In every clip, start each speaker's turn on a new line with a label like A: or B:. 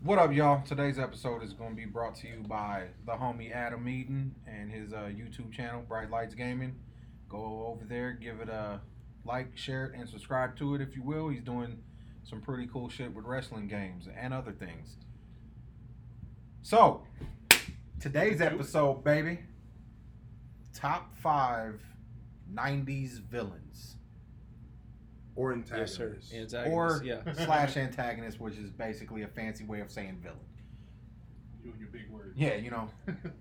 A: What up, y'all? Today's episode is going to be brought to you by the homie Adam Eaton and his uh, YouTube channel, Bright Lights Gaming. Go over there, give it a like, share it, and subscribe to it if you will. He's doing some pretty cool shit with wrestling games and other things. So, today's episode, baby, top five 90s villains.
B: or
C: Yes, sir.
B: antagonists.
C: Antagonist,
A: or
C: yeah.
A: slash antagonist, which is basically a fancy way of saying villain.
D: You and your big words.
A: Yeah, you know,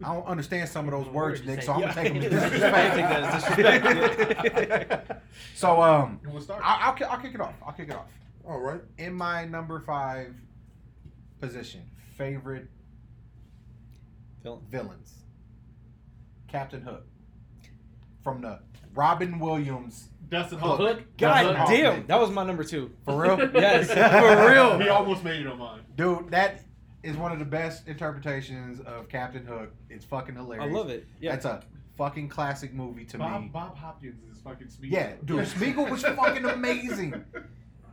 A: I don't understand some of those words,
D: Words you
A: Nick,
D: say.
A: so I'm
C: Yeah.
A: gonna take them as
C: I think that is
A: disrespect.
C: disrespect,
A: so, um,
D: And we'll start.
A: I, I'll, ki- I'll kick it off. I'll kick it off.
B: All right.
A: In my number five position, favorite
C: Villain.
A: villains, Captain Hook from the Robin Williams.
D: Dustin
A: Hook.
D: Hook.
A: Dustin
C: God
A: Hoffman.
C: damn, that was my number two.
A: For real?
C: Yes, for real.
D: He almost made it on mine.
A: Dude, that is one of the best interpretations of Captain Hook. It's fucking
C: I
A: hilarious.
C: love it. Yeah,
A: That's a fucking classic movie to me.
D: Bob, Bob Hopkins is fucking Smeagol.
A: Yeah, dude, Smeagol was fucking amazing.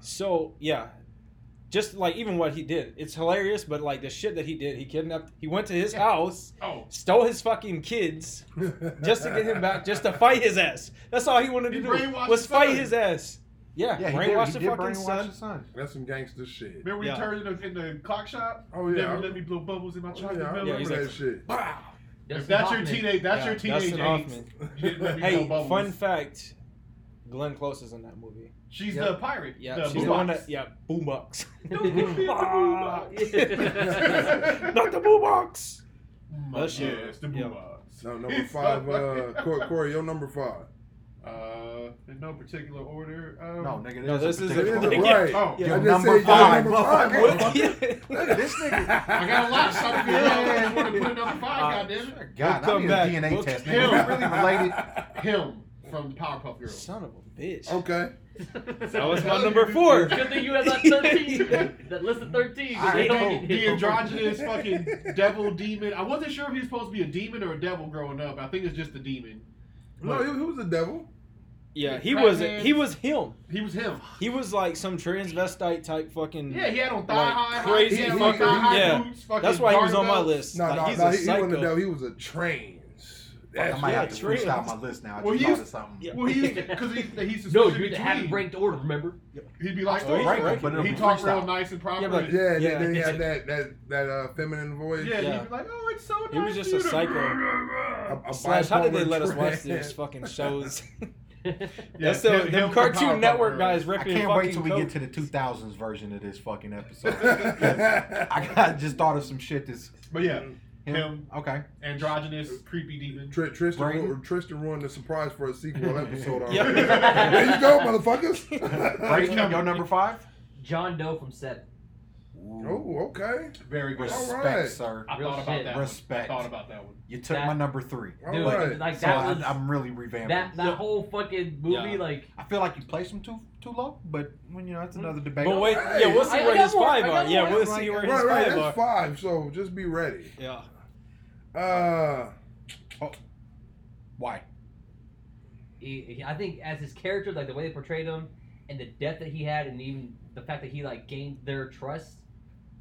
C: So yeah, just like even what he did, it's hilarious. But like the shit that he did, he kidnapped. He went to his house,
D: Oh,
C: stole his fucking kids, just to get him back, just to fight his ass. That's all he wanted to
D: He
C: do
D: brainwashed
C: was
D: his
C: fight
D: son.
C: his ass. Yeah,
A: Yeah, he did,
C: brainwashed
A: he
C: the
A: did
C: fucking
A: brainwash
C: son.
A: his son.
B: That's some gangster shit.
D: remember when
C: Yeah.
D: he turned in the, in the clock shop?
B: Oh yeah.
D: Never
B: I-
D: let me blow bubbles in my
B: oh,
D: chocolate
B: yeah, I
D: milk.
B: remember
C: he's
B: that
C: like-
B: shit.
D: if that's your teenage, that's
C: Yeah,
D: your teenage
C: Dustin
D: angst. You didn't let me
C: Hey,
D: blow bubbles.
C: fun fact: Glenn Close is in that movie.
D: She's
A: Yeah.
D: the pirate.
C: Yeah,
D: the
C: she's the one
D: boombox.
C: that. Yeah, boombox.
D: Don't give me the boombox.
C: Not the boombox.
D: Yeah,
C: That shit.
D: it's the
C: Yeah.
D: boombox.
B: No, number
D: It's so
B: five.
D: fucking-
B: Uh, Corey, Corey, your number five.
D: Uh, in no particular order. Um,
A: No, nigga,
C: No, this
A: a
C: is
B: It
A: particular-
B: is
C: Yeah.
B: right.
D: Oh.
B: Yeah,
A: Your
B: I just
A: number
B: said your
A: five,
B: number five,
A: motherfucker.
B: motherfucker.
A: Look at this nigga.
D: I got a lot of stuff. I just want to put another
C: Uh,
D: five, goddammit.
A: God,
C: We'll
A: I need
C: come back.
A: a DNA
C: We'll
A: test.
D: kill
A: Nigga,
D: him.
A: really related.
D: him from the Powerpuff Girls.
C: Son of a bitch.
B: Okay.
C: That was my number four.
E: Good thing you had like 13. that list of 13. 'cause
A: All
E: they
A: right,
E: don't
A: cool.
E: get
D: The
E: hit.
D: androgynous fucking devil demon. I wasn't sure if he was supposed to be a demon or a devil growing up. I think it's just a demon.
B: No, he, he was the devil.
C: Yeah,
D: The
C: he
D: crack
C: was
D: man.
C: he was him.
D: He was him.
C: He was like some transvestite type fucking.
D: Yeah, he had on thigh
C: Like,
D: high,
C: crazy
D: he had on
B: fucking-
D: thigh high
C: yeah.
D: boots. Fucking
C: That's why he was on my
D: barbells.
C: list.
B: No,
C: Like,
B: no,
C: he's
B: no.
C: a
B: He, he wasn't the
C: psycho.
B: devil. He was a trans.
A: I
B: That's
A: might
C: yeah,
A: have
B: right.
A: to
C: true.
A: freestyle my list now. I
D: Well,
A: just
D: he
A: thought
D: used-
A: of something.
C: Yeah.
D: Well, he because he, he's supposed
E: No,
D: to
E: you
D: be
E: haven't
D: tween.
E: ranked order, remember?
D: He'd be like,
C: Oh,
D: oh,
C: right,
D: right,
C: but
A: it'll
D: he
A: be
D: talked
A: freestyle.
D: real nice and proper.
C: Yeah, but-
D: yeah,
B: Yeah.
C: Yeah.
B: yeah. Then he had that that that uh, feminine voice.
C: Yeah.
D: he'd be like, oh, it's so nice.
C: He was just a
D: to-
C: psycho.
B: A- a
C: Slash, how did they
B: bipolar
C: let us watch
B: trans.
C: these fucking shows?
D: Yeah,
C: That's the
D: him- him
C: them
D: from
C: Cartoon
D: Powerpuff
C: Network
D: Girls.
C: guys
A: I
C: ripping.
A: can't
C: fucking
A: wait till we get to
C: coke.
A: the 2000s version of this fucking episode. 'Cause I, got- just thought of some shit that's
B: Oh,
D: But yeah,
C: Mm.
A: him.
D: Him.
A: Okay.
D: androgynous, creepy demon.
B: Tr- Tristan,
A: Brain?
B: ru- Tristan ruined the surprise for a sequel episode already.
C: Yeah.
B: there you go, motherfuckers.
A: Brayden, your number five?
E: John Doe from 7.
B: oh, okay.
D: Very good.
A: Respect,
B: Alright.
A: sir.
D: I
E: Real
D: thought about
E: shit.
D: that.
A: Respect.
D: One. I thought about that one.
A: You took
E: Uh, That-
A: my number three.
B: All
E: Dude,
B: right.
E: like
A: So
E: that
A: I,
E: was.
A: I'm really revamping.
E: that that whole fucking movie,
C: Yeah.
E: like.
A: I feel like you placed them too too low, but when you know
E: Mm.
A: that's another debate.
C: But wait,
B: Hey.
C: yeah, we'll see
E: I- I
C: where
E: got
C: his
E: more,
C: five
E: I
C: are.
E: got
C: Yeah,
E: more.
C: we'll
E: Like,
C: see where his
B: Right, right.
C: five are.
B: That's five, so just be ready.
C: Yeah.
B: Uh,
A: why?
E: he- he- I think as his character, like the way they portrayed him, and the depth that he had, and even the fact that he like gained their trust,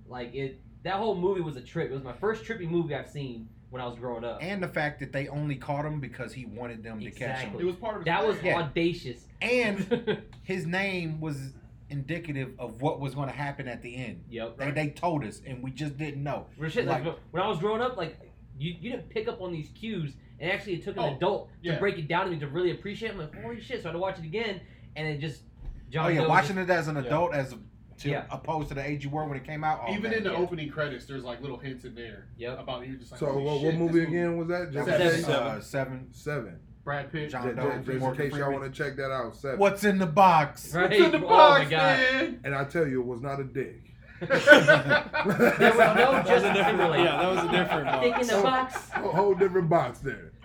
E: like it. That whole movie was a trip. It was my first trippy movie I've seen when I was growing up.
A: And the fact that they only caught him because he wanted them to catch
D: It
A: him.
E: Exactly.
D: was part of his
E: that was
D: plan.
A: Yeah.
E: audacious.
A: And his name was indicative of what was going to happen at the end.
E: yep.
A: They, they told us, and we just didn't know.
E: Real shit, like,
A: Like-
E: when I was growing up, like you, you didn't pick up on these cues, and actually it took an
D: Oh,
E: adult
D: yeah.
E: to break it down to me to really appreciate. It. I'm like, holy shit! So I had to watch it again, and it just John.
A: oh yeah,
E: Doe
A: watching
E: just-
A: it as an adult, as a, to,
E: Yeah.
A: opposed to the age you were when it came out. oh,
D: Even
A: man.
D: in the
E: yeah.
D: opening credits, there's like little hints in there
E: Yep.
D: about you just like.
B: so
D: holy
B: what,
D: shit,
B: what
D: this
B: movie again was that?
D: That
B: Just
D: was
A: Seven.
B: in case-
D: Seven.
A: Uh, seven.
B: seven.
D: Brad Pitt.
A: John
B: Just-
A: Doe,
B: just- just in
A: Morgan
B: case y'all
A: Freeman.
B: want to check that out, seven.
A: What's in the box?
E: Right.
D: It's in the
E: oh
D: box,
E: my god.
D: man.
B: And I tell you, it was not a dick.
E: There was
B: That
E: no
B: was a
E: Justin
C: different-
E: Timberlake.
C: yeah, that was a different
E: Dick in the box.
B: A whole different box there.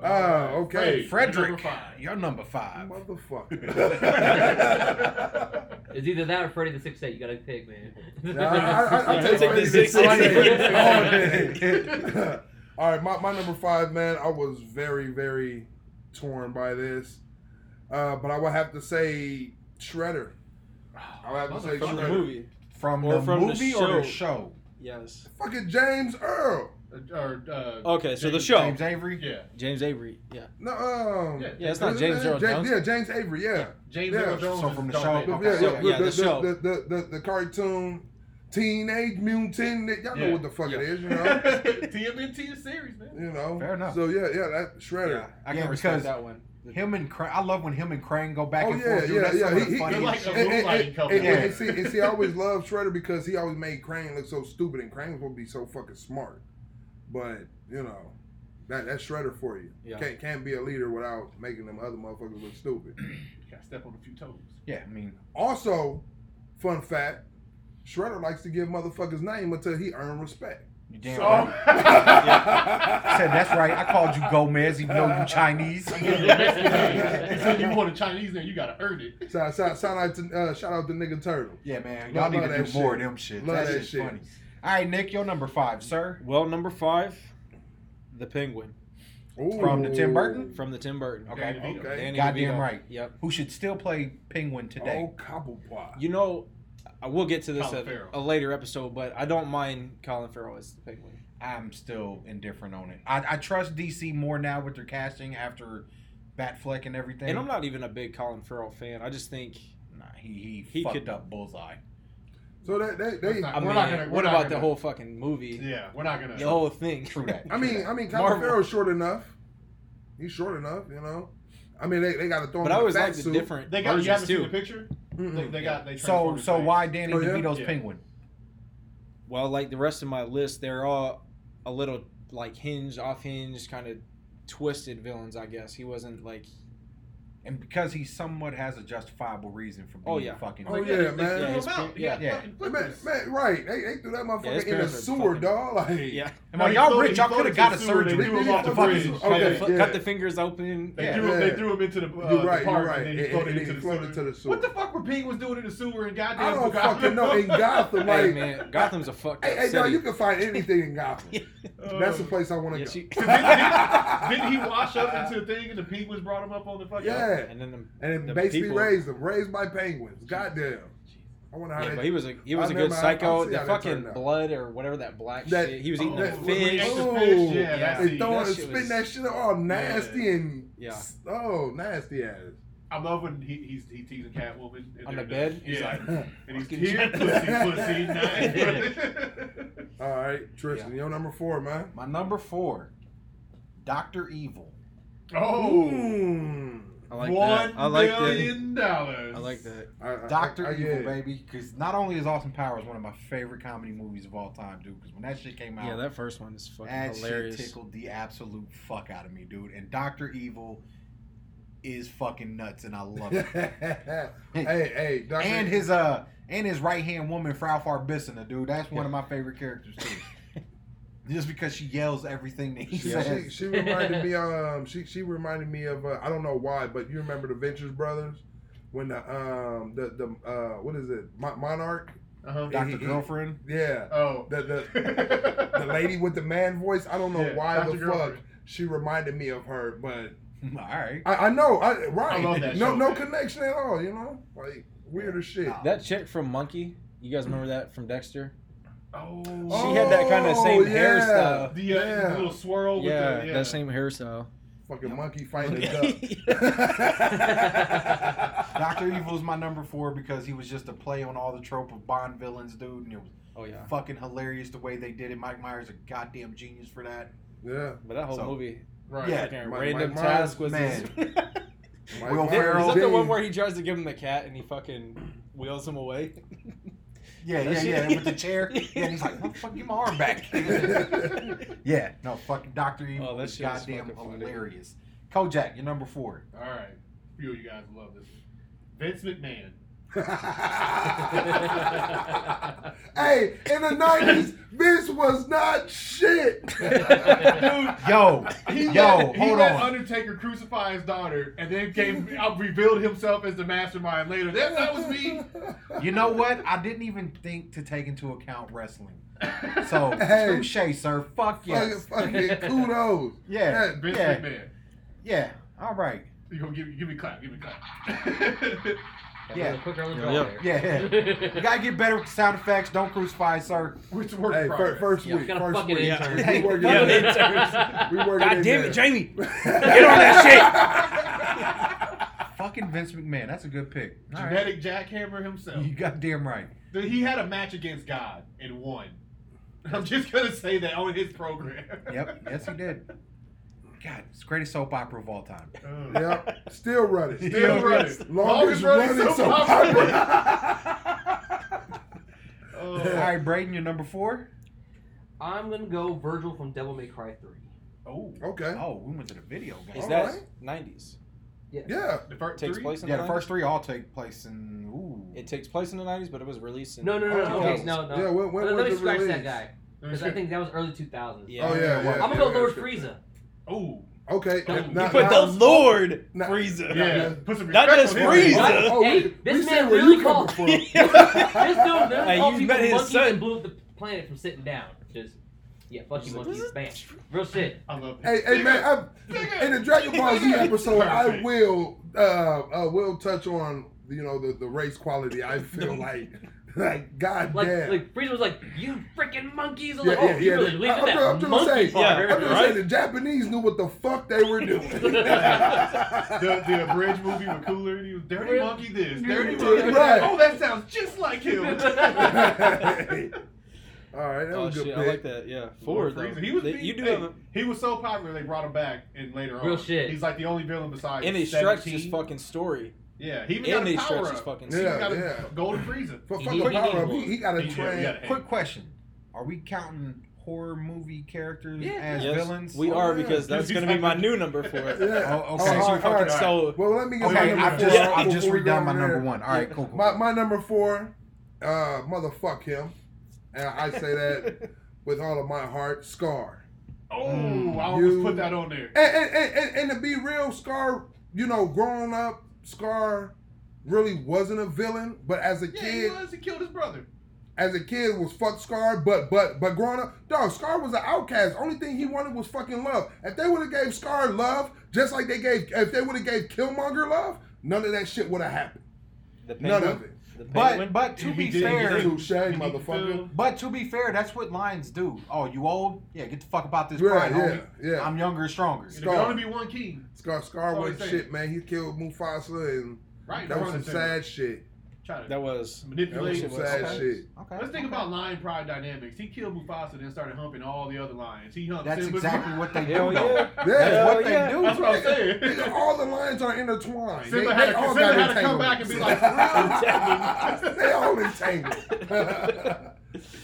D: Alright,
B: Oh, okay.
D: Fred.
A: Frederick,
D: Number five.
A: you're number five.
B: Motherfucker.
E: It's either that or Freddy the Sixth Eight. You gotta pick, man.
B: Nah, I, I, I, I
C: Take
B: take
C: the six.
B: six. All right, my, my number five, man. I was very, very torn by this, uh, but I would have to say Shredder. I would have to say
C: From the
B: Shredder.
C: movie.
A: From
C: Or
A: the
C: from the
A: movie or the
C: show.
A: show?
C: Yes.
B: Fucking James Earl.
D: Or, uh,
C: Okay, so the
D: James-
C: show.
A: James Avery.
D: yeah,
C: James Avery. Yeah.
B: No, um,
D: Yeah,
C: Yeah, it's not
B: what's his
C: James
B: name?
C: Earl
B: Ja-
C: Jones.
B: yeah, James Avery. Yeah,
D: James
B: Yeah,
D: Earl Jones.
A: so
D: is
A: from the
D: Darth
A: show,
D: Vader.
A: okay.
B: yeah,
C: So, yeah,
B: the,
C: the show.
B: The, the, the, the cartoon Teenage Mutant. Y'all know
D: Yeah.
B: what the fuck it
D: Yeah.
B: is, you know?
D: TMNT is serious, man.
B: you know?
A: Fair enough.
B: So, yeah, yeah, that Shredder.
A: Yeah, I can respect
C: yeah, because
A: that.
C: that one.
A: Him and Crane. I love when him and Crane go back
B: Oh,
A: and
B: yeah,
A: forth. dude.
B: yeah,
A: That's
B: yeah.
A: some of
B: He-
A: the
B: he-
D: They're
A: funniest
D: like
A: shit.
D: a
B: And- and-
D: moonlighting couple.
B: And, and,
A: Yeah.
B: and see, and see, I always loved Shredder because he always made Crane look so stupid, and Crane was supposed to be so fucking smart. But you know, that that's Shredder for you.
C: Yeah.
B: Can't can't be a leader without making them other motherfuckers look stupid.
D: Gotta step on a few toes.
A: Yeah, I mean,
B: Also, fun fact: Shredder likes to give motherfuckers name until he earn respect.
A: you damn
D: So-
A: right.
B: yeah.
A: Said that's right. I called you Gomez, even though you Chinese.
D: so you want a Chinese name, you gotta earn it.
B: Shout, shout, shout out to uh, shout out to nigga Turtle.
A: Yeah, man, y'all
B: Love-
A: need
B: love
A: to
B: that
A: do more
B: shit.
A: of them shit.
B: Love
A: That,
B: that
A: shit's
B: shit.
A: funny. All right, Nick, your number five, sir.
C: Well, number five, the Penguin
A: From the Tim Burton?
C: from the Tim Burton.
A: Okay.
B: Okay.
C: Danny
A: Goddamn
C: DeVito.
A: right.
C: Yep.
A: Who should still play Penguin today?
B: Oh, Cobblepot.
C: You know, I will get to this
D: Colin
C: at
D: Farrell.
C: a later episode, but I don't mind Colin Farrell as the Penguin.
A: I'm still indifferent on it. I, I trust DC more now with their casting after Batfleck and everything.
C: And I'm not even a big Colin Farrell fan. I just think
A: Nah, he he,
C: He
A: fucked
C: could-
A: up Bullseye.
B: So that they, they,
D: That's not-
C: I
D: We're
C: mean,
D: not gonna- we're
C: what
D: not
C: about
D: gonna-
C: the whole fucking movie?
D: Yeah, we're not gonna.
C: The whole thing.
A: True that.
B: I mean, I mean, Colin
C: Marvel.
B: Farrell's short enough. He's short enough, you know. I mean, they, they got to throw him.
C: But
B: in
C: I always
B: a fat
C: like the
B: suit.
C: different
D: They got. You
C: versions
D: haven't seen
C: too.
D: the picture. They,
B: Mm-mm.
D: they got. They
A: so
D: transformed his
A: so
D: face.
A: why Danny
B: Oh, yeah?
A: DeVito's
D: Yeah.
A: Penguin?
C: Well, like the rest of my list, they're all a little like hinge, off hinge, kind of twisted villains. I guess he wasn't like
A: And because he somewhat has a justifiable reason for being
C: Oh, yeah.
A: fucking.
B: Oh,
D: Like,
B: yeah,
D: they- they
B: man.
D: threw him
C: Yeah, his
D: out.
C: pe- yeah.
D: He got
A: Yeah.
D: fucking
B: Man,
D: flippers.
B: man, right? They, they threw that
C: Yeah,
B: motherfucker
C: his
B: in a
C: parents are
B: sewer,
C: fucking-
B: dog. Like,
C: yeah,
A: Am I
D: he
A: y'all
D: floated-
A: rich?
D: he
A: Y'all could have
D: floated
A: got a
D: to the sewer, they
A: surgery.
D: threw him
B: Yeah,
D: off the
B: the fucking
D: bridge.
B: sewer.
C: cut,
B: Okay,
C: the, fu-
B: yeah.
C: cut the fingers open.
D: They
A: Yeah.
D: threw him.
B: Yeah.
D: They threw him into the. Uh,
B: you're right.
D: the park
B: You're right. And,
D: And then he
B: and,
D: floated
B: and he
D: into the
B: floated
D: sewer.
B: to the sewer.
D: What the fuck were penguins doing in the sewer and goddamn?
B: I don't
D: Bugatti?
B: fucking know. In Gotham, like,
C: Hey man, Gotham's a fucked up
B: hey, hey, dog,
C: city.
B: you can find anything in Gotham.
D: Uh,
B: That's the place I want to
C: Yes,
B: go.
C: you-
D: didn't, didn't he wash up into the thing and the penguins brought him up on the fucking?
B: Yeah.
C: and then the,
B: And
C: The
B: it basically
C: people-
B: raised them, raised by penguins. Goddamn. I wonder how
C: yeah,
B: they.
C: but he was a he was
B: I
C: a good
B: remember, I- I
C: psycho.
B: see
C: the
B: how that
C: fucking
B: turned out.
C: blood or whatever that black
B: That-
C: shit. He was eating
D: Oh,
C: the
D: when we
C: fish.
D: ate the
B: Oh.
D: fish. Yeah, that's
B: They
D: it.
B: throwing
C: that
B: and
C: shit
B: spitting
C: was-
B: that shit all nasty and
C: Yeah.
B: oh nasty ass.
D: I love when he, he's he teasing Catwoman and
C: On
D: they're
C: the bed?
D: just-
C: He's
D: yeah.
B: like,
D: and he's
C: "Fucking
D: here,
C: shit."
D: pussy, pussy, nice.
B: All right, Tristan, your number four, man.
A: My number four, Doctor Evil.
D: oh,
B: Mm.
C: I
D: one
C: like
D: billion
C: that. I like that.
D: dollars.
C: I like that.
B: I- I-
A: Doctor
B: I- I-
A: Evil,
B: yeah.
A: baby. Because not only is Austin Powers one of my favorite comedy movies of all time, dude. Because when that shit came out,
C: Yeah, that first one is fucking
A: that shit
C: hilarious.
A: tickled the absolute fuck out of me, dude. And Doctor Evil is fucking nuts, and I love it.
B: hey, hey, Doctor.
A: and his uh and his right hand woman Frau Farbissina, dude. That's one of my favorite characters too. Just because she yells everything that he
B: Yeah,
A: says.
B: she, she reminded me. Um, she she reminded me of. Uh, I don't know why, but you remember the Ventures Brothers when the um the the uh what is it Mon- Monarch?
D: Uh-huh.
A: Doctor
B: he- he-
A: Girlfriend.
B: Yeah,
D: Oh,
B: the the the
D: the
B: lady with the man voice. I don't know
D: Yeah,
B: why
D: Dr.
B: the fuck
D: Girlfriend.
B: she reminded me of her, but
A: All right.
B: I, I know. I right.
D: I love that
B: no
D: show,
B: no
D: man.
B: connection at all. You know, like weird as shit.
A: Nah.
C: That chick from Monkey, you guys remember that from Dexter?
D: Oh,
C: She had that kind of
B: Oh,
C: same
B: yeah.
C: hairstyle.
D: the, uh,
B: Yeah.
D: little swirl.
C: Yeah,
D: with the, yeah.
C: that same hairstyle.
B: Fucking monkey fighting a duck.
A: Doctor Evil is my number four because he was just a play on all the trope of Bond villains, dude, and it was
C: oh yeah,
A: fucking hilarious the way they did it. Mike Myers a goddamn genius for that.
B: yeah.
C: but that whole
A: So-
C: movie,
D: Right.
A: Yeah.
C: fucking
B: My-
C: random
B: my mom-
C: task was.
A: man.
C: His, is that
B: Mike
A: Will
B: Myers
A: Ferrell.
C: the one
B: Jeans.
C: where he tries to give him the cat and he fucking wheels him away?
A: Yeah, yeah,
C: That
A: yeah.
C: shit-
A: With the chair. Yeah, and he's like, motherfucker, give my arm back. yeah, no, fucking Doctor Evil
C: Oh, that
A: is
C: shit is
A: goddamn
C: fucking funny.
A: hilarious. Kojak, you're number four.
D: All right, few of you guys love this. Vince McMahon.
B: hey, in the nineties, Vince was not shit.
A: Yo,
D: He
A: yo,
D: let, he
A: hold
D: let
A: on.
D: Undertaker crucify his daughter, and then came out, revealed himself as the mastermind later. That, that was me.
A: You know what? I didn't even think to take into account wrestling. So
B: Hey.
A: touche, sir. Fuck yes.
B: Fucking, fucking kudos.
A: Yeah,
D: Vince
A: yeah,
D: McMahon.
A: yeah. All right.
D: You gonna give, me- give me clap? Give me clap.
E: That
A: Yeah.
E: was a quicker on the draw
C: Yeah.
A: Yeah,
E: there.
A: we gotta get better with sound effects. Don't crucify, sir.
D: Which work
B: Hey, fir-
D: progress.
B: first
E: Yeah,
B: week,
E: gotta
B: first
E: fucking
B: week.
C: intern.
B: We working
C: Yeah.
B: in there.
E: Fucking
B: We working
C: God
B: in
C: damn
B: there.
C: it, Jamie! Get on
B: that
A: Fucking Vince McMahon. That's a good pick. All right.
D: Genetic jackhammer himself.
A: You goddamn right.
D: Dude, he had a match against God and won. I'm just gonna say that on his program.
A: Yep. Yes, he did. God, it's the greatest soap opera of all time.
D: Ugh.
B: yep, still running.
D: Still running.
B: Longest, running so
D: popular.
A: All
D: Oh.
A: right, Braden, you're number four.
E: I'm gonna go Virgil from Devil May Cry Three.
D: Oh.
B: Okay.
A: Oh, we went to the video game.
C: Is
B: All
C: that
B: right.
C: nineties?
B: Yeah.
D: The first
C: Takes
D: three?
C: place in
A: Yeah,
C: the
A: the
C: 90s?
A: first three all take place in. Ooh.
C: It takes place in the nineties, but it was released in
E: No, no, no, no.
B: Oh,
E: Okay,
B: yeah.
E: no, no.
B: Yeah, when- when
E: let, let
B: was
E: me
B: it
E: scratch that
B: released?
E: guy because I think that was early 2000s.
C: Yeah.
B: Oh yeah. yeah,
A: I'm
E: I'm
B: yeah,
E: gonna go
B: yeah,
E: Lord
B: sure.
E: Frieza.
D: Oh.
B: Okay.
E: You
B: now-
C: You put
B: now-
C: the Lord
B: Nah.
C: Frieza.
D: Yeah.
B: Yeah.
D: Put some
C: Not
D: respect
C: just
D: on his
C: Frieza.
D: name.
E: What?
B: Oh,
E: hey,
B: we-
E: this
B: we
E: man
B: see where
E: literally
B: you
E: called.
B: coming
E: this dude
B: from.
E: literally
C: Hey,
E: called
C: you
E: people
C: met his
E: monkeys
C: son.
E: and blew up the planet from sitting down. Just yeah, fuck you, monkeys. Bam. Real shit.
D: I love
B: Hey,
D: it.
B: hey man,
D: Nigga.
B: I, in the Dragon Ball Z episode, I
D: Perfect.
B: will uh, uh will touch on you know the, the race quality. I feel like like god
E: Like,
B: damn.
E: like Frieza was like, "You freaking monkeys!" I'm
B: yeah,
E: like, "Oh,
B: yeah,
E: you
B: yeah.
E: really believe
B: I'm,
E: in that
B: I'm just
E: monkey
B: saying,
E: part?"
B: I'm just
C: right?
B: saying the Japanese knew what the fuck they were doing.
D: the, the abridged movie with Cooler and he was Dirty
E: Really?
D: Monkey this, Dirty
E: Right.
D: Monkey that. Oh, that sounds just like him.
B: All right, that
C: Oh
B: was a good
C: shit, I
B: pick.
C: like that. Yeah, four though.
D: Frieza. He was
C: They-
D: being-
C: you do
D: hey,
C: have a,
D: He was so popular they brought him back and later on.
E: Real shit.
D: He's like the only villain besides
C: and they stretched
D: 17.
C: his fucking story.
D: Yeah, he even
C: And
D: got a
C: they
D: power
C: stretched
D: up.
C: his fucking
D: He
C: story.
B: Yeah.
D: got a golden Frieza.
B: For
E: He
B: fucking
E: need- he
B: power up,
E: needs
B: he,
E: one.
B: he got a
D: He do,
B: train.
D: he got a-
A: Quick question: Are we counting horror movie characters
E: Yeah.
A: as
C: Yes,
A: villains?
C: we
B: Oh,
C: are
B: yeah.
C: because that's gonna be my new number four.
B: Yeah.
A: Oh, okay.
B: All
C: Since
B: right,
C: you
B: all
C: fucking
B: right.
C: stole
B: Well, let me get
A: Okay,
B: my number
A: I've
B: four.
A: just, I've
B: before
A: just
B: we go
A: redone my
B: on there.
A: number one. All right, cool. cool.
B: My, my number four, uh, motherfuck him, and I say that with all of my heart. Scar,
D: Oh, I almost
B: You-
D: put that on there.
B: and and, and, and and to be real, Scar, you know, growing up, Scar really wasn't a villain, but as a
D: Yeah, he
B: kid,
D: was. He killed his brother.
B: as a kid was fuck Scar, but but but growing up, dog, Scar was an outcast. Only thing he wanted was fucking love. If they would have gave Scar love, just like they gave, if they would have gave Killmonger love, none of that shit would have happened.
C: the
B: None of it.
C: penguin. The
A: but
C: penguin.
A: but to
D: He
A: be
D: did- he
A: fair,
D: did.
B: Touche,
D: He did
B: motherfucker.
D: film.
A: but to be fair, that's what lions do. Oh, you old? Yeah, get the fuck about this
B: Right,
A: pride,
B: yeah,
A: homie.
B: yeah.
A: I'm younger, and stronger.
D: And there
B: Scar.
D: can only be one king.
B: Scar Scar
D: That's all
B: was
D: he's saying.
B: shit, man. He killed Mufasa, and
D: Right.
B: that
D: We're
B: was
D: on
B: some
D: the same-
B: sad shit.
D: Try to
C: That
B: That
C: was
B: was
D: manipulate.
B: some
C: Relation was-
B: sad
C: okay.
B: shit.
A: Okay.
D: Let's think about lion pride dynamics. He killed Mufasa, then started humping all the other lions. He humped.
A: That's
D: Simba.
A: exactly what they do.
C: Hell
A: though.
C: yeah.
A: That's
B: Yeah,
A: what they
C: yeah.
A: do.
D: That's what I'm saying.
B: Nigga, all the lines are intertwined.
D: Simba
B: they,
D: had
B: they
D: to-
B: all
D: Simba
B: got
D: had to come back and be
B: entanglements.
D: like,
B: they all entangled.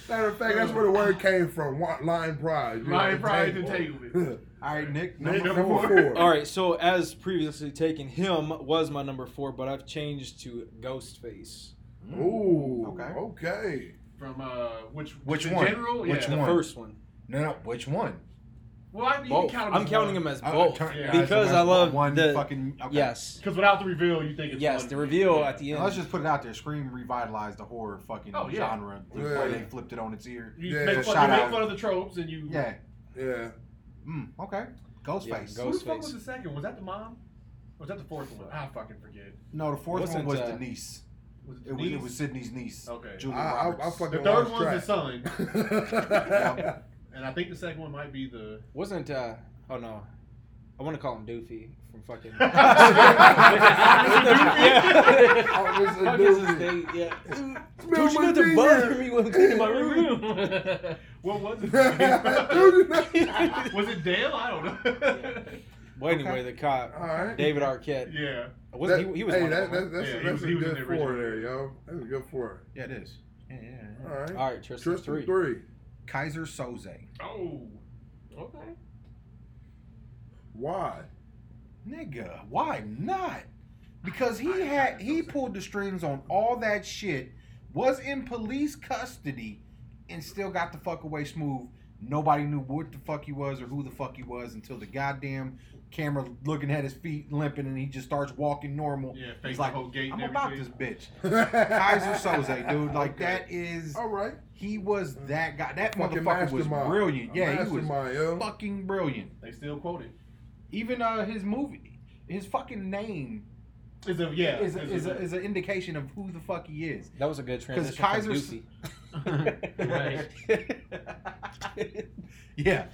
B: Matter of fact, that's where the word came from. wa- Lion pride. you know,
D: Lion pride entanglement.
A: All right, Nick.
D: Nick,
A: Number
B: Number
A: four.
D: four.
B: four.
C: all right. So as previously taken, him was my number four, but I've changed to Ghostface.
B: Ooh.
A: Okay.
B: Okay. Okay.
D: From uh, which
A: Which
D: the
A: one?
D: General,
A: Which
D: yeah.
C: The
A: One.
C: first one.
A: No, no. Which one?
D: Well, I mean, you
C: Both.
D: count
C: I'm counting him as
A: I- I
C: both.
A: Uh, turn-
D: Yeah.
A: I-
C: Because
A: so
C: I love
A: one
C: the-
A: fucking. Okay.
C: Yes.
D: Because without the reveal, you think it's
C: Yes.
D: one.
C: The reveal
D: Yeah.
C: at the
A: And
C: end.
A: let's just put it out there. Scream revitalized the horror fucking
D: Oh, yeah.
A: genre. The
B: Yeah.
A: way they flipped it on its ear.
D: You,
B: Yeah.
D: make, fun,
A: Shout
D: you make
A: out.
D: fun of the tropes and you.
A: Yeah.
B: Yeah.
A: Mm, okay. Ghostface.
C: Yeah,
D: Who the fuck
C: Ghostface.
D: was the second? Was that the mom? Or was that the fourth one? I fucking forget.
A: No, the fourth
C: Wasn't,
A: one was
C: uh,
A: the niece.
D: Was it,
A: It was,
D: Denise?
A: it was Sydney's niece.
D: Okay.
A: Julia
B: I, I, I
A: Roberts.
B: fucking
D: the third
B: lost
D: one's the
B: track.
D: son,
A: Yeah.
D: and I think the second one might be the.
C: Wasn't uh oh no. I want to call him Doofy from fucking.
D: Doofy?
C: yeah.
B: Oh, it's a
C: Fuck is
B: dude.
C: his name? Yeah.
B: Smell
C: Don't you
B: my
C: got to
B: finger.
C: bother me when cleaning my room?
D: What was it?
B: Dude.
D: was it Dale? I don't know.
C: Well, anyway, the cop,
B: All right.
C: David Arquette.
D: yeah.
C: Was
B: That-
C: he, he was
B: hey,
C: one
B: that,
C: of them.
B: that, that's,
D: Yeah, he
B: that's
D: was- he
B: a
D: was in
B: good
D: the
B: four
D: original.
B: there, yo. That's a good four.
A: Yeah, it is. Yeah, yeah,
B: All
A: yeah.
B: right.
C: All right, Tristan,
B: Tristan
C: three.
B: three.
A: Kaiser Soze.
D: Oh.
E: okay.
B: Why?
A: Nigga, why not? Because he had he pulled the strings on all that shit, was in police custody, and still got the fuck away smooth. Nobody knew what the fuck he was or who the fuck he was until the goddamn camera looking at his feet limping and he just starts walking normal.
D: Yeah, face
A: He's
D: the
A: like,
D: whole gate
A: I'm
D: and
A: about this
D: everything."
A: bitch. Kaiser
B: Kaiser
A: Soze, dude. Like that is
D: Oh.
B: All right.
A: he was that guy. That
B: Fucking
A: motherfucker was
B: mastermind.
A: brilliant.
B: A
A: Yeah, he was
B: mastermind, yo.
A: fucking brilliant.
D: They still quote it.
A: Even uh his movie, his fucking name
D: It's a yeah.
A: is,
D: it's
A: is,
D: a-
A: a, is an indication of who the fuck he is.
C: That was a good transition.
A: Kaiser's-
C: From Goofy.
A: yeah.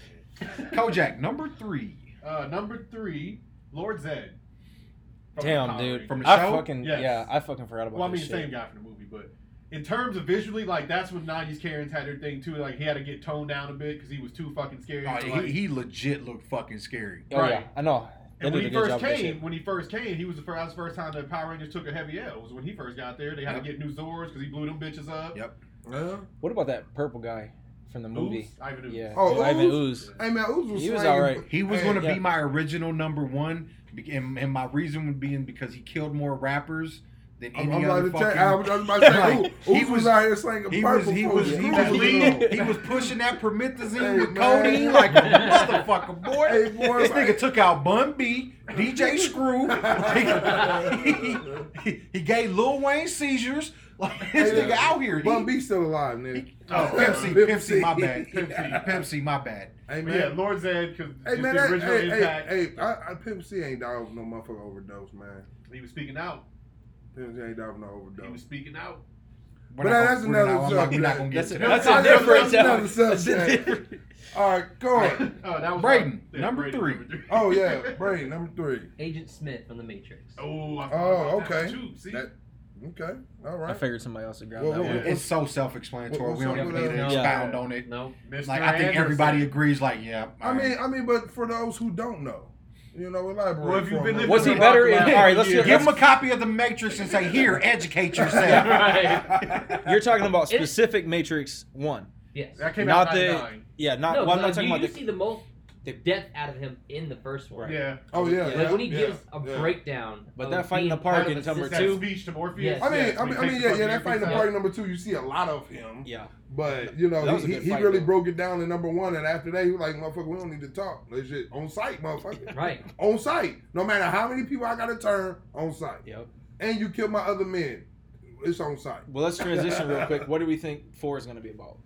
A: Kojak, number three.
D: uh, number three, Lord Zed. From
C: Damn,
D: Conjuring.
C: dude.
A: From the
C: I
A: show?
C: fucking
D: Yes.
C: yeah, I fucking forgot about
D: Well, I
C: this
D: mean,
C: shit.
D: same guy from the movie, but in terms of visually, like that's when '90s Karens had their thing too. Like he had to get toned down a bit because he was too fucking scary.
A: Oh,
D: So, like-
A: he, he legit looked fucking scary.
C: Oh yeah,
D: Right.
C: I know. They did
D: and when
C: a
D: he
C: good
D: first
C: job with this shit.
D: came, when he first came, he was the first. That was the first time that Power Rangers took a heavy L. It was when he first got there. They had to get new Zords because he blew them bitches up.
A: Yep.
B: Yeah.
C: What about that purple guy from the movie?
D: Ooze, Ivan Ooze.
C: Yeah,
B: Oh,
C: Ivan
B: Ooze?
C: Ooze.
B: Hey man, Ooze was
C: He was
B: slanging-
C: alright.
A: He was
B: Hey,
A: going to
C: yeah.
A: be my original number one, be- and, and my reason would be because he killed more rappers than
B: I'm,
A: any
B: I'm about
A: other
B: to tell
A: fucking.
B: I was I was about to say,
A: Like,
B: Ooze,
A: he
B: Ooze was,
A: was-
B: out here slanging
A: he was
B: purple
A: he
B: for
A: was
B: you.
A: he
B: Ooze
A: was,
B: alone.
A: he was pushing that promethazine
B: Hey,
A: with
B: man.
A: codeine like a motherfucker boy.
B: Hey, boy,
A: this
B: like-
A: nigga took out Bun B, DJ Screw. he, he- he gave Lil Wayne seizures. Like this
B: Hey,
A: nigga out here. He,
B: Bun B still alive, nigga.
A: oh, Pimp C,
B: Pimp
A: Pimp C, my
B: C.
A: bad. Pimp C, Pimp C, my bad.
B: Hey
D: But yeah,
B: man.
D: Lord Zed because
B: Hey man,
D: the
B: that,
D: original
B: hey, hey,
D: impact.
B: hey, I, I, Pimp C ain't died with no motherfucker overdose, man.
D: He was speaking out.
B: Pimp C ain't died with no
D: He was
B: overdose.
D: speaking out.
A: We're not
B: But that's
A: gonna- we're
B: another
A: not- I'm not-
B: subject.
A: We're not gonna get to
B: That's a
A: that.
B: different- another
C: topic. That's a
B: subject.
C: different-
B: All right, go on.
D: oh, that was
A: Brayden, number three.
B: oh yeah, Brady, number three.
E: Agent Smith from The Matrix.
D: Oh, I forgot
B: Oh,
D: about that
B: okay.
D: Too. See,
B: That- Okay, all
C: I
B: right.
C: figured somebody else would grab
B: Well,
C: that
B: well,
C: one.
D: yeah.
A: It's so self-explanatory.
B: What-
A: We don't
E: what's
A: need
E: up with
A: to
E: that?
A: expound
D: Yeah.
A: on it.
E: No.
D: Mr.
A: Like I think
D: Anderson.
A: everybody agrees. Like yeah.
B: I mean, I mean, but for those who don't know, you know, elaborate.
D: Well, if you've
B: for
D: been
B: a
D: living
C: Was he
D: in
B: moment.
D: the
C: better in-
D: Rock Line
C: all right,
D: for
C: let's
D: years-
C: hear-
A: give him a copy of the Matrix and say here, educate yourself.
E: Right.
C: You're talking about
E: It-
C: specific Matrix One.
E: Yes.
D: That came
C: Not
D: out
C: the-
D: in
C: Yeah, not.
E: No,
C: well, I'm
E: like,
C: not talking
E: you,
C: about
E: you
C: the.
E: see the most
C: the-
E: depth out of him in the first one.
D: 99. Yeah,
B: Oh yeah.
E: Like
B: yeah,
E: when he
B: yeah,
E: gives a
B: yeah.
E: breakdown.
C: But
E: of
C: that fight in
E: being
C: the park
E: part of
C: in
E: a
C: number
E: system-
D: that
C: two?
D: speech to Morpheus.
E: Yes.
B: I mean,
D: Yes,
B: I
D: when
B: mean,
D: he
B: I
D: takes
B: mean, yeah,
D: the
B: yeah.
D: fucking
B: That fight in the
D: earpiece
B: party number two, you see a lot of him.
C: Yeah,
B: But you know,
C: That was a
B: he,
C: good
B: he
C: fight,
B: really
C: though.
B: broke it down in number one, and after that, he was like, "Motherfucker, we don't need to talk. Let's just on site, motherfucker.
E: Right.
B: on site. No matter how many people I got to turn on site.
C: yep.
B: And you kill my other men. It's on site.
C: Well, let's transition real quick. What do we think four is going to be about?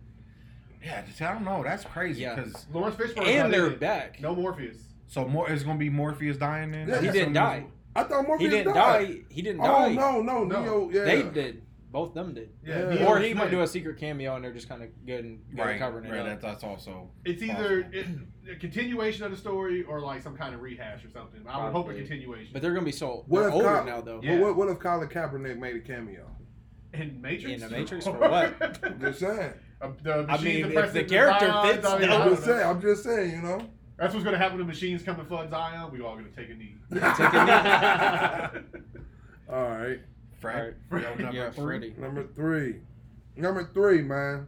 A: yeah, just- I don't know. That's crazy.
C: Yeah.
A: 'cause-
D: out. Lawrence Fishburne.
C: And they're
D: back.
C: back.
D: No Morpheus.
A: so more it's gonna be Morpheus dying then.
B: Yeah,
C: he
B: that's
C: didn't die.
B: I thought
C: He
B: Morpheus
C: didn't
B: died.
C: die. He didn't
B: Oh
C: die.
B: no, no, Neo. Yeah.
C: They did. Both them did.
B: Yeah.
D: Neo
C: Or he
D: Smith.
C: might do a secret cameo and they're just kind of good and good at
A: Right,
C: covering it
A: right.
C: up.
A: That, that's also.
D: It's either
A: Possible.
D: it, a continuation of the story or like some kind of rehash or something. I would hope a
C: Probably.
D: continuation.
C: But they're gonna be so
B: What
C: they're
B: if
C: older
B: Kyle-
C: now though.
D: Yeah.
B: Well, what, what if Colin Kaepernick made a cameo?
D: in Matrix.
C: In the Matrix or what?
B: I'm just saying.
D: Uh, the
C: I
D: machines
C: mean,
D: that
C: if
D: press
C: the
D: into
C: character
D: Zion,
C: fits,
D: I mean,
C: though.
D: I
B: I'm
D: don't
B: just
D: know.
B: saying. I'm just saying. You know.
D: That's what's gonna happen when machines come to flood Zion. We all gonna take a knee.
B: All right.
A: Frank.
D: Alright.
A: Yo, number
C: Yeah,
A: three.
C: Freddy.
B: Number three. Number three, man.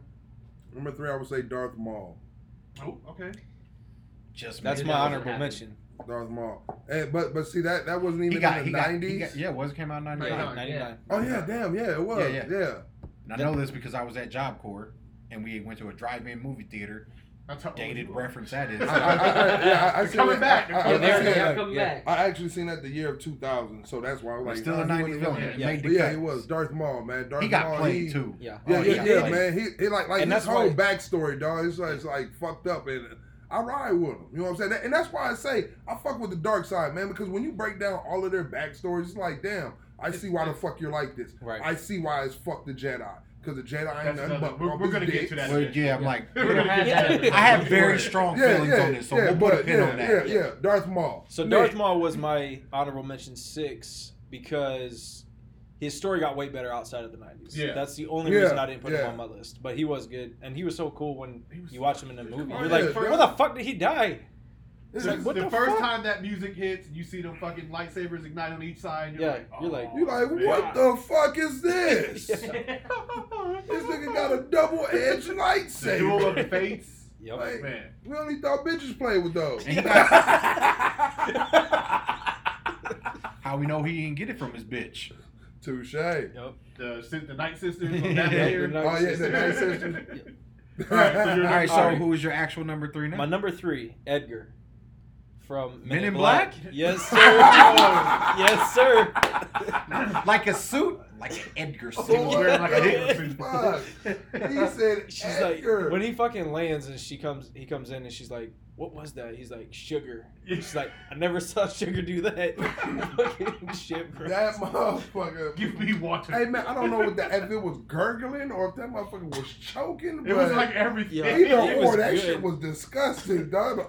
B: Number three, I would say Darth Maul.
D: oh, okay.
A: Just
C: That's
A: made
C: my
A: it.
E: doesn't
C: honorable
E: happen.
C: mention.
B: Darth Maul. And, but but see that that wasn't even
A: He got,
B: in
A: he
B: the
A: got, he
B: nineties.
A: got- yeah, it was came out in ninety
D: Yeah.
A: nine.
C: Ninety nine.
B: Oh yeah, damn, yeah, it was.
A: Yeah,
B: Yeah.
A: yeah. And I know this because I was at Job Corps and we went to a drive-in movie theater.
C: Oh,
D: That's how old
A: Dated
D: you are.
A: reference that is.
B: I, I, I, yeah, I, I
D: They're
B: seen
D: coming
B: that-
D: back.
B: I, I,
D: They're
B: I,
D: coming
B: seen
C: back.
B: that.
E: They're coming
C: yeah.
E: back.
B: I actually seen that the year of 2000, so that's why I was
A: We're
B: like,
A: still a
B: nah, he
A: nineties
B: wasn't
A: villain.
B: really-
A: It
C: yeah.
A: Made
B: But
A: the
B: yeah,
A: cut.
B: he was Darth Maul, man. Darth
A: He got
B: Maul,
A: played
B: he,
A: too.
C: Yeah.
B: Yeah,
A: Oh,
B: yeah,
A: yeah.
B: yeah,
C: Like,
B: man. He, he like like
C: And
B: his
C: that's
B: whole
C: why-
B: backstory, dog. It's like, it's like fucked up, and I ride with him. You know what I'm saying? And that's why I say I fuck with the dark side, man. Because when you break down all of their backstories, it's like, damn, I see why the fuck you're like this.
C: Right.
B: I see why it's fuck the Jedi. Because the Jedi ain't
D: That's
B: nothing
D: another-
B: but
D: we're- we're gonna
B: bumpy
D: get to
B: dicks.
A: Well, yeah, I'm
E: Yeah.
A: like,
D: We're gonna have
E: that.
A: I have very strong
B: Yeah,
A: feelings
B: yeah,
A: on this, so
B: yeah,
A: we'll put a
B: but
A: pin
B: yeah,
A: on that.
B: yeah, yeah. Darth Maul.
C: So
B: Nick.
C: Darth Maul was my honorable mention six because his story got way better outside of the nineties.
D: Yeah.
C: That's the only
B: Yeah,
C: reason I didn't put
B: yeah.
C: him on my list. But he was good and he was so cool when
D: He was-
C: you watch him in the movie.
D: Oh,
C: You're
D: yeah,
C: like,
B: Darth-
C: where the fuck did he die?
B: This
C: Like,
B: is-
C: what
D: the,
C: the
D: first
C: fuck?
D: time that music hits and you see them fucking lightsabers ignite on each side, you're
C: Yeah,
D: like, oh,
C: you're like-
B: You like what the fuck is this?
C: Yeah.
B: This nigga got a double-edged
D: the duel of the
B: lightsaber.
D: fates,
C: Yep.
B: Like,
D: man.
B: We only thought bitches played with those.
A: And he got- how we know he didn't get it from his bitch.
B: Touche.
C: Yep.
D: The si- the night sisters on that
A: Yeah,
D: layer.
C: the
B: Oh
C: Night
B: yeah, the
C: Sisters.
B: night sisters.
D: Alright, so you're-
A: All right, so
C: Alright.
A: who is your actual number three now?
C: My number three, Edgar, from
A: Men in Black?
C: Yes, sir. yes, sir.
A: like a suit, like an Edgar
B: Oh,
D: He was
A: suit.
D: wearing like a Hitler suit.
B: Fuck. He said,
C: She's
B: Edgar.
C: like, when he fucking lands and she comes, he comes in and she's like, "What was that?" He's like, "Sugar." She's like, "I never saw sugar do that." fucking shit, bro.
B: that motherfucker.
D: Give me water.
B: Hey man, I don't know what that if it was gurgling or if that motherfucker was choking.
D: It
B: but
D: was like everything.
C: Yeah.
B: either
C: It
B: or
C: was
B: that
C: good.
B: shit was disgusting, dog.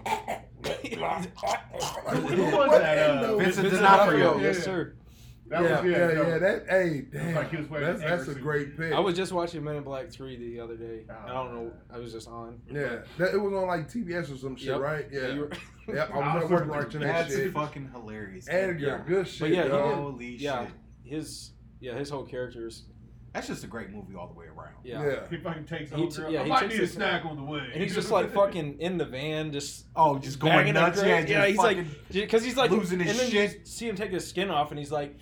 B: Like,
D: Who was
B: what
D: that,
B: in
D: uh,
B: the-
A: Vincent
C: Vincent
A: D'Onofrio.
C: D'Onofrio,
D: Yeah.
C: Yes, sir.
D: That
B: yeah,
D: was, yeah,
B: yeah,
D: that
B: yeah,
D: was-
B: That hey, damn,
D: like he was wearing
B: that's,
D: an
B: that's a
D: Edgar
B: great pick.
C: I was just watching Men in Black Three the other day. I don't know.
D: Ah.
C: I was just on.
B: yeah, that, it was on like TBS or some shit,
C: Yep.
B: right? Yeah,
C: you were-
B: yep, I was at work watching that
A: That's
B: shit.
A: fucking hilarious.
B: Edgar,
C: Yeah.
B: good shit,
C: yeah, he
B: dog.
A: Holy
C: yeah.
A: shit.
C: his yeah his whole character is
A: That's just a great movie all the way around.
C: yeah.
B: yeah.
D: He fucking takes
C: He
D: over.
C: t- yeah,
D: I
C: he
D: might
C: takes
D: need a
C: his-
D: snack on the way.
C: And he's just like fucking in the van, just
A: Oh, just going
C: Banging up
A: nuts.
C: girls.
A: Yeah, just
C: Yeah, he's like-
A: fucking,
C: because he's like
A: Losing his
C: and then
A: shit.
C: You see him take his skin off, and he's like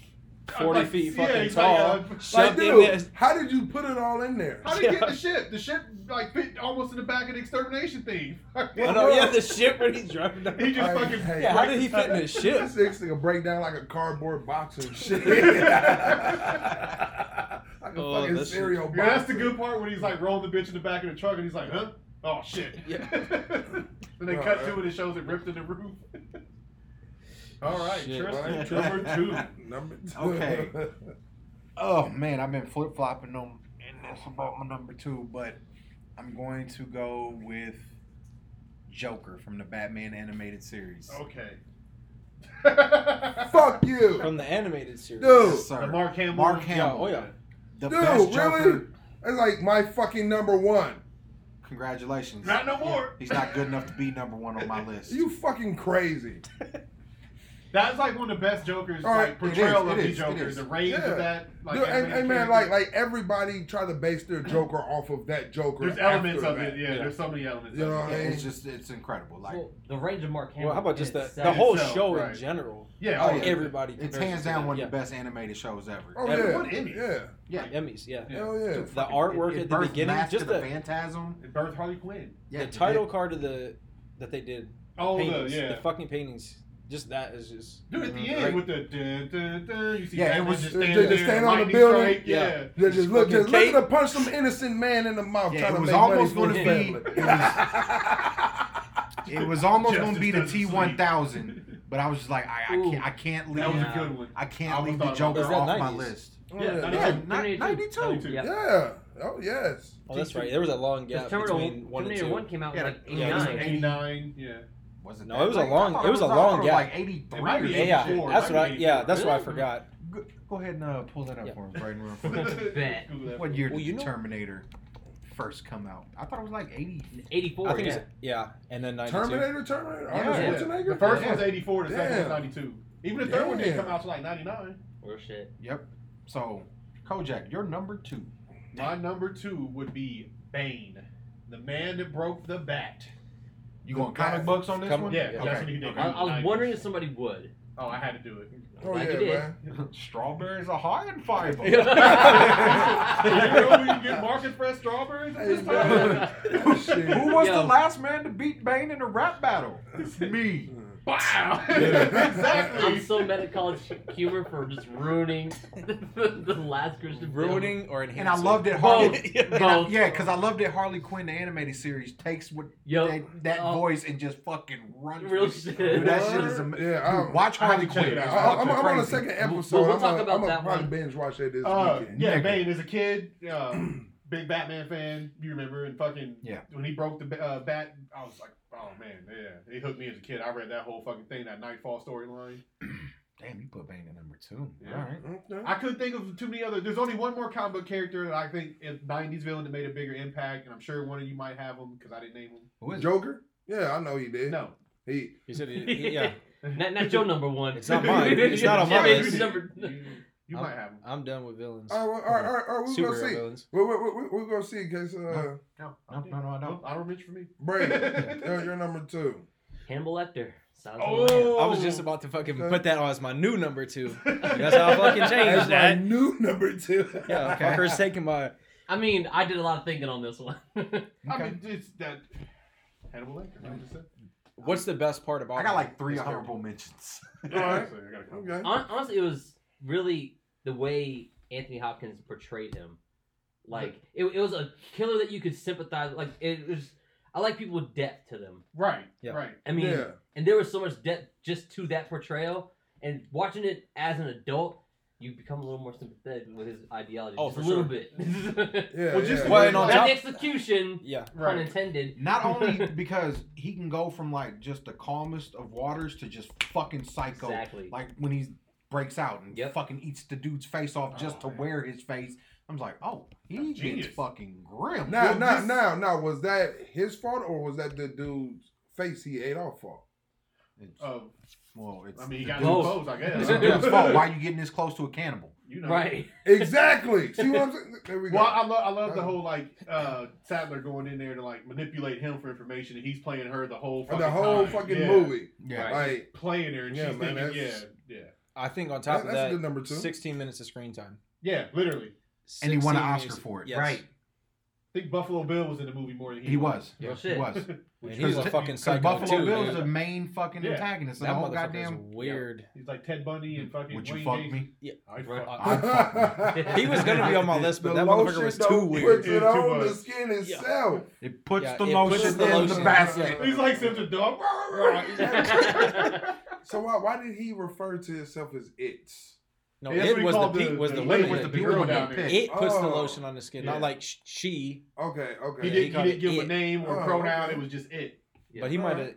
D: I'm
C: forty
D: like,
C: feet
D: yeah,
C: fucking
D: he's like,
C: tall.
D: uh,
B: Like,
C: shoved in
B: dude,
C: this-
B: how did you put it all in there?
D: How did he get in
C: Yeah.
D: the ship? The ship like fit almost in the back of the extermination thing.
C: I know, yeah, the ship when he's driving down.
D: he just
B: Hey,
D: fucking.
B: hey,
C: yeah, how did he fit in his ship?
B: This nigga's gonna break down like a cardboard box and shit. like a
C: Oh,
B: fucking
C: that's-
B: cereal box.
D: Yeah, that's the good part when he's like rolling the bitch in the back of the truck and he's like, huh? Oh shit.
C: Yeah.
D: and they
B: Bro,
D: cut
B: that-
D: to it and it shows it ripped in the roof. All right,
C: Shit.
D: Tristan,
A: Right.
D: number two.
B: Number two.
A: Okay. Oh man, I've been flip flopping them, and that's about my number two. But I'm going to go with Joker from the Batman animated series.
B: Oh,
D: Okay.
B: Fuck you.
C: from the animated series.
B: Dude.
A: Yes, sir.
D: The Mark Hamill.
A: Mark
D: one.
C: Yeah,
A: Hamill.
C: oh yeah.
A: The
B: Dude,
A: best
B: really?
A: Joker.
B: That's like my fucking number one.
A: Congratulations.
D: Not no more.
A: He's not good enough to be number one on my list.
B: You fucking crazy.
D: That's like one of the best Jokers,
B: All right,
D: like
A: it is,
D: portrayal
A: it
D: of the
A: is, it
D: Joker,
A: is.
D: the range
B: Yeah.
D: of that. Like,
B: Dude, and,
D: animated
B: and man, like
D: character.
B: like everybody try to base their Joker off of that Joker.
D: there's elements
B: after
D: of
B: that.
D: it. Yeah,
C: Yeah.
D: there's so many elements.
B: You
D: of
B: know
D: it.
B: what I
A: Yeah,
B: mean?
A: it's just it's incredible. Like
E: Well, the range of Mark Hamill.
C: Well, how about just
E: in
C: that? The
E: itself-
C: whole
D: itself,
C: show
D: right.
C: in general.
D: Yeah.
A: Oh,
D: oh,
A: yeah.
C: Everybody.
A: it's
C: compares
A: hands
C: it to
A: down
C: that.
A: one of
C: yeah.
A: the best animated shows ever.
B: Oh
D: Every-
B: yeah,
D: what Emmy?
B: yeah,
A: yeah.
C: Emmys. Yeah.
D: Yeah.
B: hell yeah.
A: Dude,
C: The
A: fucking-
C: artwork
A: it- it
C: at the
A: birthed
C: beginning,
A: Mask
C: just
A: of the
C: the-
A: phantasm.
D: It birthed Harley Quinn.
A: Yeah,
C: the
A: it
C: title
A: did.
C: card of the that they did.
D: Oh,
C: paintings,
D: the, yeah.
C: the fucking paintings. Just that is just.
D: Dude, at the
C: Mhm.
D: end
C: Great.
D: with the dun, dun, dun, you see
A: Yeah, it
D: Batman
A: was-
D: just
B: they
D: standing
B: just
D: there,
B: stand on the
D: lightning
B: building.
D: strike, Yeah.
B: Just, just look, just
C: Fucking
B: look at
C: cake.
B: her punch some innocent man in the mouth.
A: Yeah,
B: trying
A: it
B: to
A: was
B: make money
A: almost
B: for
A: gonna
B: his
A: be-
B: family.
A: it It was almost going to
D: Justice
A: be the
D: doesn't
A: T
D: sleep.
A: one thousand, but I was just like, I, I
E: Ooh.
A: can't, I can't leave,
D: That was a
E: Yeah.
D: good one.
A: I
D: I
A: can't
D: was
A: leave the
D: thought about
A: Joker
C: that.
A: off
C: Is that
A: my
C: 90s?
A: list.
D: Yeah,
B: Oh, Yeah,
D: that's-
B: yeah,
A: Ni-
E: 92.
A: 92.
D: Yeah.
E: Yep.
B: yeah. Oh yes.
C: Oh, that's right. There was a long
E: Because
C: gap
E: Terminator,
C: between one and
E: Terminator
C: two.
E: 1 came out
A: Yeah,
E: in like
A: yeah, it was
E: 89.
A: like
D: 89, yeah.
A: Was it?
C: No,
A: that
C: it was a
A: late? I
C: long-
A: thought
C: it was a
A: I
C: long
A: thought
C: gap.
A: Like eighty
D: It might be
A: three.
C: Yeah, yeah.
D: 84,
C: that's what I.
D: maybe.
C: Yeah, that's what I
E: Really?
C: forgot.
A: Go, go ahead and uh, pull that up
C: Yeah.
A: for us, Brayden, real quick.
E: Bet.
D: Google that.
A: what year
C: Well,
A: did
C: you
A: the
C: know-
A: Terminator first come out? I thought it was like eighty.
E: 84,
C: I think
E: yeah.
C: it's yeah, and then ninety two.
B: Terminator, Terminator,
A: Yeah.
B: Arnold
E: Yeah.
B: Schwarzenegger.
D: The first
A: Yeah.
D: one's 84, the second
B: Damn.
D: one's 92. Even the third one didn't
B: Damn.
D: come out till like 99.
E: Real shit.
A: Yep. So, Kojak, you're number two.
D: My number two would be Bane, the man that broke the bat.
A: You
B: The
A: going comic
B: bat.
A: books on this
C: Come-
A: one?
C: Yeah.
D: Yeah, that's
A: Okay.
D: what he did.
A: Okay.
E: I, I was wondering if
D: Nice.
E: somebody would.
D: Oh, I had to do it.
B: Oh
E: Glad
B: yeah,
E: you did.
B: man.
A: Strawberries are high in fiber.
D: you know we can get market fresh strawberries at
B: Hey,
D: this
B: man.
D: time.
B: That shit.
A: Who was
E: Yo.
A: the last man to beat Bane in a rap battle? Me.
D: Wow!
B: Yeah.
E: I'm
D: exactly.
E: so mad at college humor for just ruining the, the last Christian film.
C: Ruining or enhancing.
A: And I loved it. Harley,
E: Both.
A: and I-
E: Both.
A: yeah, because I loved it. Harley Quinn, the animated series, takes what
E: Yep.
A: that, that
E: Oh.
A: voice and just fucking runs. with
E: Real
A: it.
E: shit.
A: Dude, that shit is
B: Word?
A: amazing.
B: Yeah, I-
A: watch
D: I have
A: Harley
D: to check
A: Quinn.
D: it out.
A: It's
B: I, am
A: fucking
B: on the
A: crazy.
B: second
E: we'll
B: episode.
E: talk
B: I'm gonna,
E: about
B: I'm gonna
E: that
B: probably
E: one.
B: binge watch it this
D: Uh,
B: weekend.
D: yeah,
A: Nigga.
D: Bane is a kid, uh, big Batman fan. You remember and fucking
A: Yeah.
D: when he broke the ba- uh, bat, I was like, oh man, yeah. It hooked me as a kid. I read that whole fucking thing, that Nightfall storyline.
A: Damn, you put Bane at number two.
D: Yeah.
A: All right.
B: Okay.
D: I couldn't think of too many other. There's only one more comic book character that I think is '90s villain that made a bigger impact, and I'm sure one of you might have him because I didn't name him.
A: Who is it?
B: Joker. Yeah, I know he did.
D: No,
B: He.
C: He said, he- he- "Yeah,
E: Not, not your number one.
C: It's not mine. It's not on my
E: Jimmy's
C: list.
E: Number,
D: You, you
C: I'm-
D: might have him.
C: I'm done with villains.
B: Oh, well, all right, all right, all right, we're
C: Superhero
B: gonna see.
C: villains.
B: We're, we're, we're, we're gonna see because uh,
D: No,
A: No, no, no, I don't.
D: I don't reach for me.
B: Bray, you're, you're number two.
E: Hannibal Lecter. Silence of the Lambs.
D: Oh,
C: I was just about to fucking
B: Okay.
C: put that on as my new number two. That's how I fucking changed
B: That's my
C: that.
B: new number two.
C: Yeah,
A: Okay.
C: fucker's taking my.
E: I mean, I did a lot of thinking on this one.
D: I
A: Okay.
D: mean, it's that Hannibal Lecter. I just said.
C: What's the best part about?
A: I got
C: him?
A: like three
C: His hair.
A: honorable mentions.
B: All right.
D: So I gotta go.
B: Okay.
E: Hon- Honestly, it was really the way Anthony Hopkins portrayed him. Like it, it was a killer that you could sympathize. Like it was. I like people with depth to them.
D: Right.
C: Yeah.
D: Right.
E: I mean,
B: yeah.
E: and there was so much depth just to that portrayal. And watching it as an adult, you become a little more sympathetic with his ideology.
C: Oh,
E: just
C: for
E: a little
C: sure.
E: bit.
B: Yeah.
D: Well, just
B: yeah.
D: the way-
C: Well, and on
E: Not
C: top-
E: the execution,
C: Yeah.
E: pun
D: Right.
E: intended.
A: Not only because he can go from like just the calmest of waters to just fucking psycho.
E: Exactly.
A: Like when he breaks out and
E: Yep.
A: fucking eats the dude's face off just to
D: Oh, man.
A: wear his face. I'm like, oh, he
D: That's
A: gets
D: genius.
A: fucking grim.
B: Now,
A: Well,
B: now,
A: this-
B: now, now, was that his fault or was that the dude's face he ate off for?
A: It's,
D: Of
A: well, it's
D: Uh, I mean, he
A: the
D: got
A: dude's-
E: Both.
D: exposed, I guess.
A: It's the dude's fault. Why you getting this close to a cannibal?
D: You know.
E: right.
B: Exactly. See what I'm saying? There we go.
D: Well, I love I love the whole like uh Sadler going in there to like manipulate him for information, and he's playing her the whole fucking
B: the whole
D: time.
B: fucking
D: Yeah.
B: movie.
A: Yeah.
E: Right.
B: Like,
D: playing her, and
B: Yeah,
D: she's
B: man,
D: thinking, yeah,
B: that's-
D: yeah,
C: I think on
B: that-
C: top
B: that's a
C: of
B: good number
C: that,
B: two.
C: 16 minutes of screen time.
D: yeah, literally.
A: And he won an
C: 16
A: Oscar
C: minutes-
A: for it.
C: yes.
E: Right.
D: I think Buffalo Bill was in the movie more than he,
A: He was.
E: Yeah.
A: He
E: Shit.
A: was.
C: And he's a
A: Because-
C: fucking
A: Because
C: psycho
A: Buffalo
C: too.
A: Bill is
C: dude.
A: the main fucking
D: Yeah.
A: antagonist of
C: that
A: the whole
C: motherfucker is
A: goddamn.
C: weird.
D: He's like Ted Bunny and fucking.
A: Would you
D: Wayne
A: fuck
D: Gacy.
A: me?
D: I
E: Right.
B: Uh,
D: fuck.
A: I fuck
E: Yeah.
C: He was gonna be on my list, but
B: the
C: that
B: lotion
C: motherfucker was
B: don't
C: too weird.
B: Put it
D: Yeah, too
B: on the
D: much.
B: skin itself.
A: It puts
C: Yeah,
A: the
C: it
A: lotion
C: puts
A: in
C: the
A: the
C: lotion.
A: basket.
D: He's like Simpson dog.
B: So why why did he refer to himself as it's?
C: No,
D: That's what
C: it
D: he
C: was the
D: called
C: peak was the
D: lady
A: lady
C: women.
A: with the
D: girl
A: women.
D: down there.
A: He
C: It puts the
B: Oh.
C: lotion on the skin,
D: Yeah.
C: not like sh- she.
B: Okay, okay.
D: He
C: Yeah,
D: didn't,
C: he
D: he
C: called
D: didn't
C: it
D: give him a
C: it.
D: name or
B: Oh,
D: pronoun.
B: okay.
D: It was just it.
E: Yeah.
C: But he might have.
B: Alright.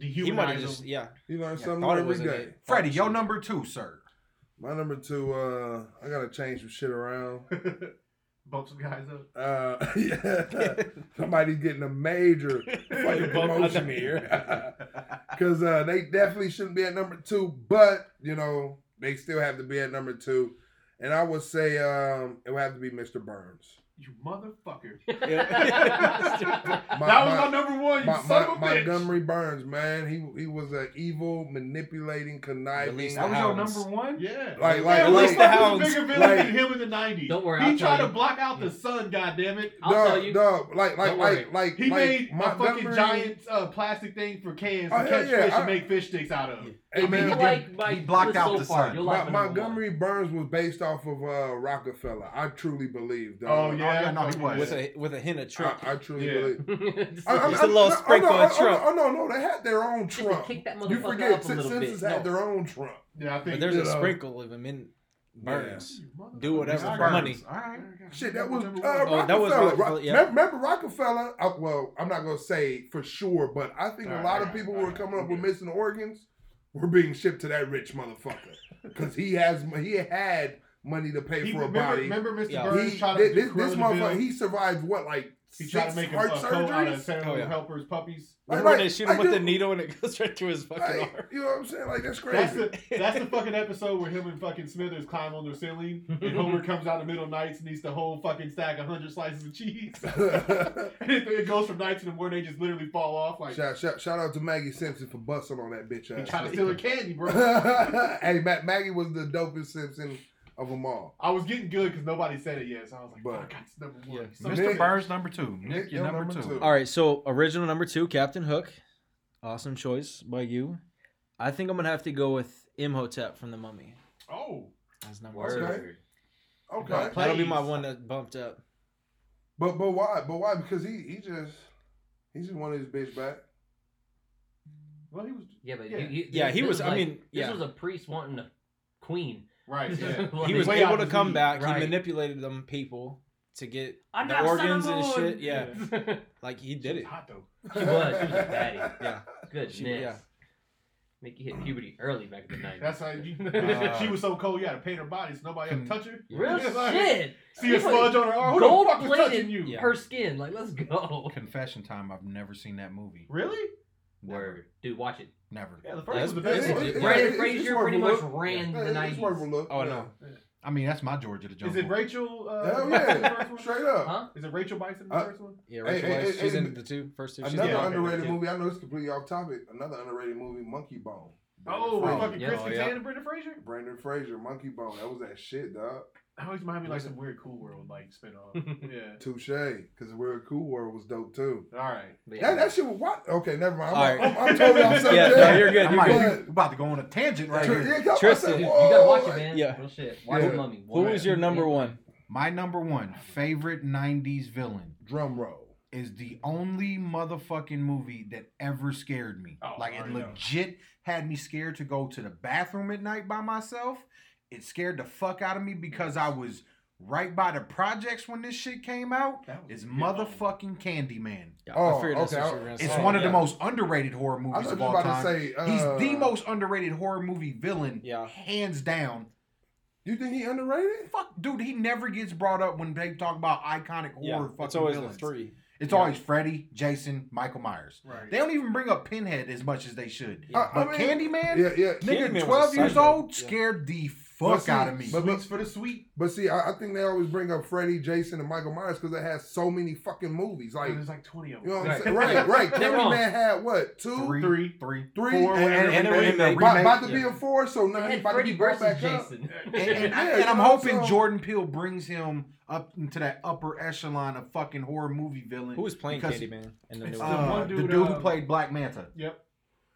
C: He might have
D: Dehumanize
C: just
D: him.
C: yeah.
B: You learn
C: yeah,
B: something
C: thought it
B: every
C: was a
B: day.
C: hit.
A: Freddie,
C: Thought
A: your
C: she-
A: number two, sir.
B: My number two, uh, I gotta change some shit around.
D: Bump some guys up.
B: Uh, yeah. Somebody's getting a major fucking
C: Bump out the
B: promotion here. Because uh, they definitely shouldn't be at number two, but, you know, they still have to be at number two. And I would say um, it would have to be Mr. Burns.
D: You motherfucker.
E: Yeah.
D: that was
B: My-
D: my number one. You
B: My,
D: son
B: my,
D: of a bitch.
B: Montgomery Burns, man, he he was an evil, manipulating, conniving.
C: Release
A: That was your
C: Hounds.
A: number one.
D: Yeah.
B: Like- like-
D: Man,
B: like-
D: Lee Stack was
C: Hounds,
D: a bigger villain
B: like-
D: than him in the 90s.
E: Don't worry,
D: He
E: I'll
D: tried
E: tell
D: to
E: you.
D: block out the sun, goddammit.
E: I'll tell you.
B: Dog, like, like,
E: Don't
B: like, like,
D: He
B: like
D: made a fucking
B: Montgomery-
D: giant uh, plastic thing for cans
B: Oh,
D: to
B: hell
D: catch
B: yeah,
D: fish
B: I-
D: and make fish sticks out of.
B: Hey,
E: If
B: man,
E: you
A: he
E: like my
A: he blocked
E: list
A: out
E: so
A: the
E: far,
A: sun.
E: you'll
B: Mo-
E: like my number one.
B: Montgomery Burns was based off of uh, Rockefeller. I truly believe. Dog.
D: Oh, yeah.
A: yeah, no, he was.
C: with a with a hint of trick.
B: I, I truly
D: Yeah.
B: believe.
E: just,
B: I, I'm-
C: Just a little
B: I'm- no,
C: sprinkle
B: oh, no,
C: of
B: oh,
C: Trump.
B: Oh, no, no, they had their own
E: just to
B: Trump.
E: kick that
B: You
E: motherfucker
B: forget,
E: up a
B: Sin-
E: little
B: Census
E: bit.
B: had
E: No.
B: their own Trump.
D: Yeah, I think. uh,
C: but there's a
B: Yeah.
C: sprinkle of him in Burns.
D: You motherfucker.
C: Do whatever
D: I
C: for
D: got
C: money.
D: it.
A: All right.
B: Shit, that was uh,
C: Oh,
B: Rockefeller.
C: that was
B: Ro-
C: Rockefeller, yeah.
B: Remember, remember Rockefeller? Uh, well, I'm not gonna say for sure, but I think a
D: Alright,
B: lot of
D: alright,
B: people who were
D: alright,
B: coming up
D: okay.
B: with missing organs were being shipped to that rich motherfucker because he has he had money to pay
D: He-
B: for a
D: remember,
B: body.
D: remember Mr.
C: Yeah.
D: Burns
B: he,
D: tried
B: thi-
D: to
B: this,
D: do
B: this
D: Cruella
B: motherfucker,
D: Bill?
B: he survived what like
D: He
B: six
D: tried to make a, a
B: heart
D: coat out of
B: surgeries.
D: Sarah
C: Oh,
D: Lou
C: yeah.
D: Helper's puppies.
C: Remember
B: Like,
C: when they shoot
B: I
C: him with the
B: do-
C: needle and it goes right through his fucking
B: Like,
C: arm.
B: you know what I'm saying? Like that's crazy.
D: That's the that's the fucking episode where him and fucking Smithers climb on their ceiling, and Homer comes out in the middle of nights and eats the whole fucking stack of hundred slices of cheese. and it, it goes from nights in the morning, they just literally fall off. Like
B: shout, shout, shout out to Maggie Simpson for busting on that bitch
D: he
B: ass.
D: tried to steal her candy, bro.
B: hey, Ma- Maggie was the dopest Simpson of them all.
D: I was getting good because nobody said it yet, so I was like,
B: But-
D: "Fuck, that's number one."
C: Yeah.
D: So-
A: Mr.
B: Nick-
A: Burns number two. Nick,
B: Nick,
A: you're
B: your
A: number,
B: number
A: two.
B: two.
C: All right, so original number two, Captain Hook. Awesome choice by you. I think I'm gonna have to go with Imhotep from the Mummy.
D: Oh,
C: That's number
E: Word.
C: two.
B: Okay. Okay, but
D: But-
C: That'll be my
D: Please.
C: one that bumped up.
B: but, why? But why? Because he he just he just wanted his bitch back.
D: well, he was
E: Yeah, but
D: Yeah.
E: he, he,
C: Yeah, he
E: this
C: was. I
E: like-
C: mean,
E: This
C: yeah,
E: was a priest wanting a queen.
D: right. Yeah.
E: Like,
C: he was
D: way
C: able
D: out
C: to
D: his
C: come
D: league,
C: back.
E: right.
C: He manipulated them people to get
E: I'm
C: the
E: not
C: organs
E: Sailor
C: and
E: Moon!
C: shit. Yeah, like he
D: She
C: did
D: was
C: it.
D: Hot though.
E: She was, she was batty.
C: Yeah.
E: Goodness.
C: She- yeah.
E: Make you hit puberty early back in the 90s.
D: That's how you,
A: Uh,
D: she was so cold. You had to paint her body so nobody had to touch her.
E: Real
D: Yeah, like,
E: shit.
D: See a
E: It's like
D: smudge on her arm. Who
E: Gold
D: the fuck was touching
E: plated
D: you?
C: Yeah.
E: her skin. Like, let's go.
A: Confession time. I've never seen that movie.
D: Really?
A: Never.
E: Word. Dude, watch it.
A: Never.
D: Yeah, the
C: That's-
D: first was the
C: that's
D: best
B: It's-
D: one.
B: it's-
C: legit.
B: it's-
E: Brandon
B: it's- it's
E: Fraser
B: worth
E: pretty
B: a
E: much
B: look.
E: ran
B: Yeah,
E: the
B: it's- it's worth a
E: 90s.
B: look.
C: Oh, I
B: Yeah.
C: know.
A: I mean, that's my Georgia the
D: Is
A: Jungle.
D: it Rachel? Uh,
B: Hell
D: Bites in the
B: yeah,
D: first one?
B: straight up.
E: Huh?
D: Is it Rachel Bites in the
B: Uh,
D: first one?
C: Yeah,
B: Hey,
C: Rachel
B: hey,
C: Weisz,
B: hey,
C: she's
B: hey,
C: in the two first two. She's
B: Another
C: in the-
D: yeah,
B: underrated
D: okay.
B: movie. I know it's completely off topic. Another underrated movie, Monkey Bone.
D: Oh,
B: Brandon
D: fucking
E: yeah.
D: Chris
C: Oh,
D: Kattan
C: yeah.
D: and Brendan Fraser.
B: Brandon Fraser, Monkey Bone. That was that shit, dog.
D: I always remind me like
C: Was
D: some weird Cool World like spinoff. yeah.
B: Touche, because we're cool world was dope too.
D: All right.
E: But
B: That, that shit was what? Okay, never mind. I'm,
C: All right.
B: I'm, I'm totally off subject.
C: Yeah, no, you're good.
A: I'm
C: You're
A: like,
C: good.
B: good.
A: you about to go on a tangent right
B: Tr-
A: here.
B: yeah, I
C: Tristan,
B: said,
E: You, you
B: whoa,
E: gotta watch it, man.
C: Yeah.
E: Real shit. Watch
B: Yeah.
E: the Mummy.
C: Who
E: Watch
C: is
E: it.
C: your number one?
A: My number one favorite '90s villain
B: Drum roll.
A: is the only motherfucking movie that ever scared me.
D: Oh,
A: like
D: I
A: it
D: already know.
A: legit had me scared to go to the bathroom at night by myself. It scared the fuck out of me because I was right by the projects when this shit came out.
D: That was
A: Is
D: a good one.
A: motherfucking Candyman.
B: Oh, okay,
C: what
B: I-
C: you were gonna
A: It's
C: say.
A: one of the
D: yeah.
A: most underrated horror
B: I
A: movies
B: thought you
A: of
B: were
A: all
B: about
A: time.
B: to say. Uh,
A: He's the most underrated horror movie villain,
C: Yeah.
A: hands down.
B: You think he underrated?
A: Fuck, dude, he never gets brought up when they talk about iconic
C: Yeah,
A: horror fucking
C: it's always
A: villains.
C: the three.
A: It's
C: Yeah.
A: always Freddy, Jason, Michael Myers.
D: Right.
A: They don't even bring up Pinhead as much as they should.
C: Yeah.
A: But Candyman,
B: Yeah, yeah.
A: nigga,
C: Candyman was a
A: twelve years
C: psycho.
A: old,
C: Yeah.
A: scared the
B: But
A: fuck
B: see,
A: out of me.
B: But, but,
D: Sweets for the sweet.
B: but see, I, I think they always bring up Freddy, Jason, and Michael Myers because they had so many fucking movies. Like,
D: There's like 20 of
B: you
D: them.
B: know what I'm
E: Right.
B: saying? Right, right.
E: They're wrong.
B: Candyman had what? Two, three,
D: Three.
A: three.
D: Four,
B: and,
D: whatever.
B: and,
C: And a
A: they-
C: remake.
A: remake.
B: about to be
C: Yeah.
B: a four, so now
E: They
B: he's
E: had
B: about to
E: Freddy
B: be brought
E: versus
B: back up.
E: Jason.
A: And, and-
B: Yeah,
A: and
B: you
A: I'm
B: know,
A: hoping
B: so-
A: Jordan Peele brings him up into that upper echelon of fucking horror movie villain.
C: Who was playing
A: Because-
C: Candyman in the new
D: It's the
C: one?
A: Uh,
D: one
A: the
D: dude,
A: dude, who
D: um,
A: played Black Manta
D: Yep.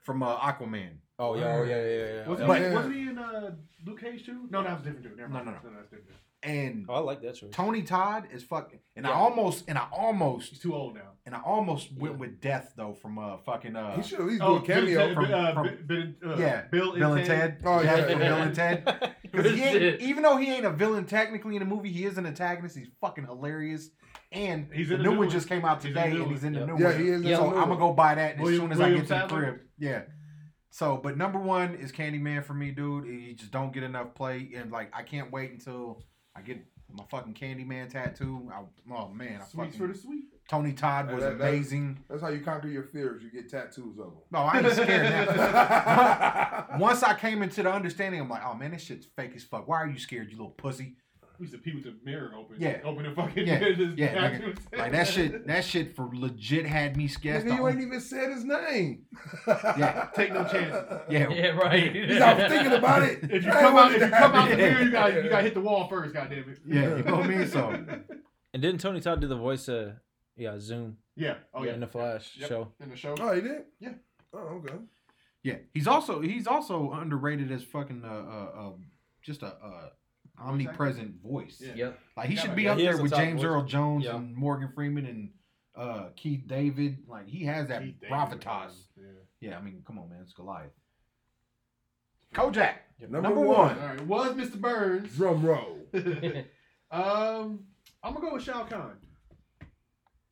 A: from uh, Aquaman.
C: Oh yeah, oh, yeah, yeah, yeah.
D: Wasn't,
C: yeah.
A: But-
D: he, wasn't he in uh, Luke Cage too? No, that was a different dude. Never
A: No,
D: mind.
A: no, no.
D: that's different.
A: And
C: Oh, I like that choice.
A: Tony Todd is fucking. And I
D: Yeah.
A: almost and I almost
D: He's too old now.
A: and I almost went
C: Yeah.
A: with Death though from uh fucking uh
B: He should at least do
D: Oh,
B: a cameo.
D: Bill,
A: from-
D: uh,
A: from-
D: Bill- uh,
A: yeah,
D: Bill and
A: Bill and
D: Ted.
A: Ted.
B: Oh, yeah.
A: Death from Bill and Ted. 'Cause he ain't-
E: Shit.
A: even though he ain't a villain technically in the movie, he is an antagonist. He's fucking hilarious. And
D: He's
A: the
D: in
A: new, one just came out
D: He's in
A: today,
D: the new
A: and he's in the
C: one.
A: new
B: Yeah,
A: one.
B: he is.
E: Yeah,
B: It's a
A: so
B: new
A: I'm gonna
B: one.
A: go buy that as
D: William-
A: soon as
D: William
A: I get to the
D: Sadler?
A: crib. Yeah. So, but number one is Candyman for me, dude. You just don't get enough play, and like I can't wait until I get my fucking Candyman tattoo. I, oh man, I
D: Sweets
A: fucking
D: for the sweet.
A: Tony Todd
B: Hey,
A: was
B: that- that-
A: amazing.
B: That's how you conquer your fears. You get tattoos of
A: No, I ain't scared now.
B: them.
A: Once I came into the understanding, I'm like, oh man, this shit's fake as fuck. Why are you scared, you little pussy?
D: We used to pee with the mirror open.
A: Yeah.
D: Open the fucking
A: Yeah.
D: just
A: Yeah,
D: back-
A: Like that shit, that shit for legit had me scared.
B: Nigga, you ain't even said his name.
A: Yeah,
D: take no chances.
A: yeah,
E: Yeah, right.
B: He's out thinking about it.
D: If you
B: I ain't
D: come out,
B: want
D: if
B: it
D: you
B: to
D: come out
B: happen.
D: the mirror, you got you got to hit the wall first. Goddamn it.
A: yeah. You know what I mean? So
C: And didn't Tony Todd do the voice of yeah Zoom
D: Yeah. Oh yeah.
C: in the Flash
D: Yep.
C: show?
D: In the show.
B: Oh, he did?
D: Yeah.
B: Oh, okay.
A: yeah, he's also he's also underrated as fucking uh, uh, uh just a uh, omnipresent voice.
D: Yeah.
E: Yep.
A: Like he
D: Yeah,
A: should
D: but
A: be
D: yeah,
A: up
C: he
A: there
C: is a
A: with
C: top
A: James
C: voice.
A: Earl Jones
C: Yeah.
A: and Morgan Freeman and uh, Keith David. Like he has that
D: Keith David.
A: gravitas.
D: Yeah.
A: Yeah, I mean, come on, man, it's Goliath. Kojak, number,
B: Number
A: one.
B: one.
D: All right. Was Mr. Burns.
B: Drum roll.
D: um, I'm gonna go with Shao Kahn.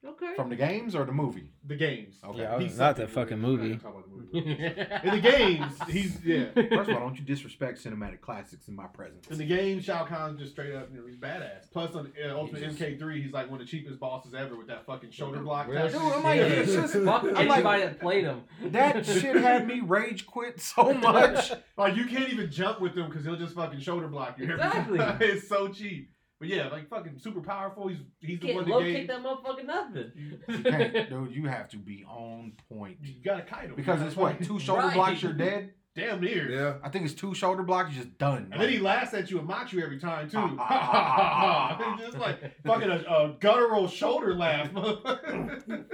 E: okay.
A: from the games or the movie.
D: The games.
A: Okay.
C: Yeah, I
D: He's
C: was not
D: something
C: that fucking
D: weird.
C: movie.
D: I'm not gonna talk about the movie. In the games, he's yeah.
A: First of all, don't you disrespect cinematic classics in my presence.
D: In the game, Shao Kahn's just straight up, you know, he's badass. Plus, on uh, Ultimate
A: He's just-
D: MK3, he's like one of the cheapest bosses ever with that fucking shoulder block.
E: Real
D: tattoo.
A: Dude, I'm like,
E: shit.
A: it's just-
E: Fuck
A: I'm
E: anybody
A: like-
E: that played him.
A: That shit had me rage quit so much.
D: Like, you can't even jump with him because he'll just fucking shoulder block you. every
E: Exactly.
D: time. it's so cheap. But yeah, like fucking super powerful. He's he's
E: You
D: the
E: can't
D: one that
E: low kick
D: game.
E: that motherfucker nothing.
A: You can't, dude, you have to be on point.
D: You gotta kite him
A: Because it's what, two shoulder
E: Right.
A: blocks, you're dead?
D: damn near.
B: Yeah.
A: I think it's two shoulder blocks, you're just done.
D: And then he laughs at you and mocks you every time too.
A: Ah, ah, ah, ah, ah.
D: just like fucking a, a guttural shoulder laugh. motherfucker.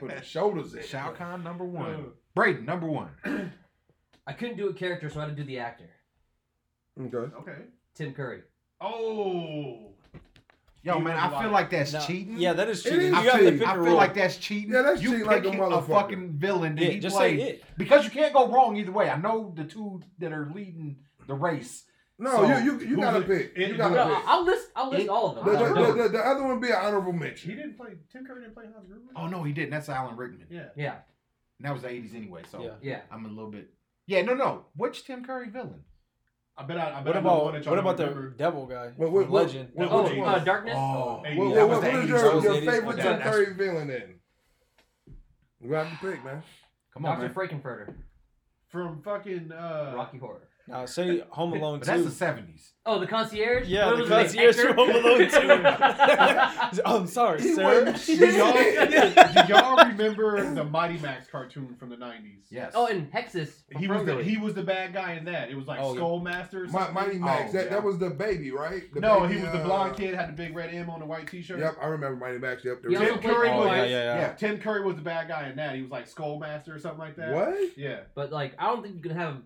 B: Put his shoulders in.
A: Like, Shao Kahn, number
B: Uh.
A: one. Braden, number one.
E: I couldn't do a character, so I had to do the actor.
B: Okay.
D: okay.
E: Tim Curry.
D: Oh.
A: Yo, man, I feel like that's
C: Now-
A: cheating.
C: Yeah, that is
B: It
C: cheating.
B: is
C: you
A: I
C: got
A: feel,
C: to
B: cheating.
C: pick
A: I
C: a
A: feel
C: role.
A: like that's cheating.
B: Yeah, that's
A: you
B: cheating like a
A: picking
B: motherfucker.
A: fucking villain that
C: yeah,
A: he
C: just
A: played.
C: say it.
A: Because you can't go wrong either way. I know the two that are leading the race.
B: No,
A: So,
B: you you, you
D: who's
B: gotta
D: it?
B: pick. You
D: It-
E: No,
B: gotta
D: no,
E: I-
B: pick.
E: I'll list. I'll list
C: It-
E: all of
B: The,
E: them.
B: the, the,
E: I'll go.
B: the, the other one be an honorable
D: He
B: mention.
D: didn't play. Tim Curry didn't play Hans Gruber.
A: Oh no, he didn't. That's Alan Rickman.
D: Yeah.
E: Yeah,
A: And that was the eighties anyway, so
C: Yeah.
E: yeah.
A: I'm a little bit Yeah, no no. Which Tim Curry villain?
D: I bet. I, I bet
C: What
D: I know the one that
C: about
D: y'all
C: what about
D: don't
C: the
D: remember.
C: devil guy?
B: What- what-
C: From
B: what-
C: Legend.
B: what-
E: Oh,
B: which
E: uh,
B: one?
E: darkness.
D: Hey,
B: What,
D: that
B: what,
D: was
B: what
D: the
B: is
A: 80s.
B: your,
C: That was
B: your
C: the 80s.
B: favorite
C: Okay,
B: Tim
A: that's-
B: Curry villain then? You have to pick, man.
A: Come on,
E: Doctor
A: man.
E: Frankenfurter.
D: from
E: from
D: fucking uh,
E: Rocky Horror.
C: Now say Home Alone
A: But that's the
C: Two.
A: seventies.
E: Oh, the concierge.
C: Yeah,
E: What
C: the
E: was his name?
C: concierge
E: Hector?
C: from Home Alone 2. I'm sorry,
B: He
C: sir.
B: wasn't shit.
D: Did y'all, did y'all remember the Mighty Max cartoon from the nineties.
A: Yes.
E: Oh, and Hexus. from
D: He was the,
E: Ferngully.
D: he was the bad guy in that. It was like
C: Oh, yeah.
D: Skull Master. Or
B: My,
D: something.
B: Mighty Max.
A: Oh,
B: that,
A: yeah.
B: that was the baby, right? The
D: no,
B: baby,
D: he was the
B: uh,
D: blonde kid had the big red M on the white T-shirt.
B: Yep, I remember Mighty Max. Yep. there
E: He
B: was-
E: also
D: Tim Curry
E: played-
D: was
E: Oh,
C: yeah, yeah, yeah.
D: Tim Curry was the bad guy in that. He was like Skull Master or something like that.
B: What?
D: Yeah,
E: But like, I don't think you can have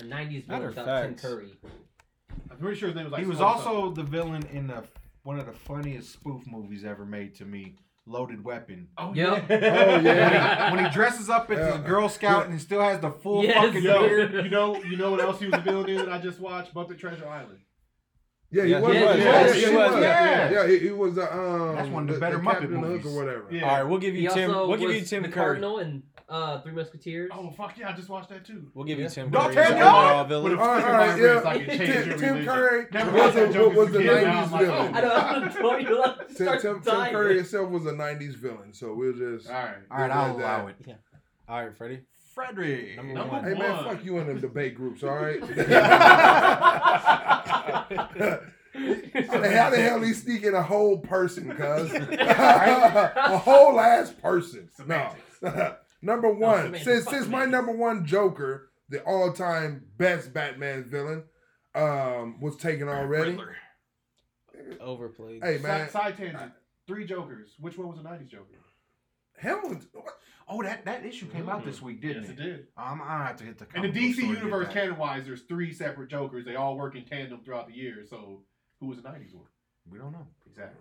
E: a '90s villain
C: Matter of
E: without Tim
C: fact.
E: Curry.
D: I'm pretty sure his name was like.
A: he was
D: Skull
A: also the villain in the one of the funniest spoof movies ever made to me, Loaded Weapon.
D: something. Oh
E: Yep.
B: Oh, yeah.
A: When he dresses up as a
B: Yeah.
A: Girl Scout and still has the full
E: Yes.
A: fucking
D: Yo,
A: beard.
D: you know, you know what else he was a villain in that I just watched? Buffett Treasure Island.
B: Yeah, he
C: Yeah,
B: was.
E: he was.
B: Yeah,
E: Yes,
B: yeah,
E: he was.
B: Yeah,
A: Yeah.
B: yeah, he, he was. Uh, um,
A: That's one of the better Muppet
B: Captain Hook
A: movies.
B: or whatever.
D: Yeah.
C: All right, we'll give
E: He
C: you Tim.
E: also
C: We'll give
E: was
C: you Tim
E: the
C: Curry.
E: Cardinal and uh, Three Musketeers.
D: Oh fuck yeah! I just watched that too.
C: We'll give you
E: Yeah.
C: Tim
A: Don't
C: Curry.
A: tell
C: He's
A: y'all.
C: overall
D: With
C: villain.
D: a
B: All right,
D: finger
B: all right, yeah.
D: vibrator so I could change
B: Tim-
D: your
B: Tim
D: religion.
B: Curry
D: Never
B: was
D: watched
B: a-
D: that joke
B: was
D: as
B: the
D: a kid. Now I'm
B: 90s
D: like, oh,
B: villain.
E: I know. I'm telling you, I'm
B: Tim,
E: starting
B: Tim,
E: to
B: Tim
E: die.
B: Curry itself was a '90s villain, so we'll just.
D: All right.
A: All right, I'll allow it.
C: All right, Freddie.
A: Frederick.
C: Number
D: Number
C: one.
B: Hey man,
D: One.
B: fuck you in the debate groups, all right? How the, how the hell he sneak in a whole person, cuz? a whole ass person. No. number one,
E: semantics.
B: since
E: Fuck
B: since my
E: semantics.
B: number one Joker, the all time best Batman villain, um, was taken already.
A: Riddler.
C: Overplayed.
B: Hey
D: Side,
B: man,
D: side tangent. Three Jokers. Which one was a '90s Joker?
B: Hamilton. what-
A: Oh, that, that issue came out this week, didn't
D: Mm-hmm. yes,
A: it?
D: it did.
A: I'm gonna have to hit the.
D: In the
A: comic book
D: DC
A: store to get
D: universe,
A: that.
D: canon wise, there's three separate Jokers. They all work in tandem throughout the year. So who was the '90s one?
A: we don't know.
D: Exactly.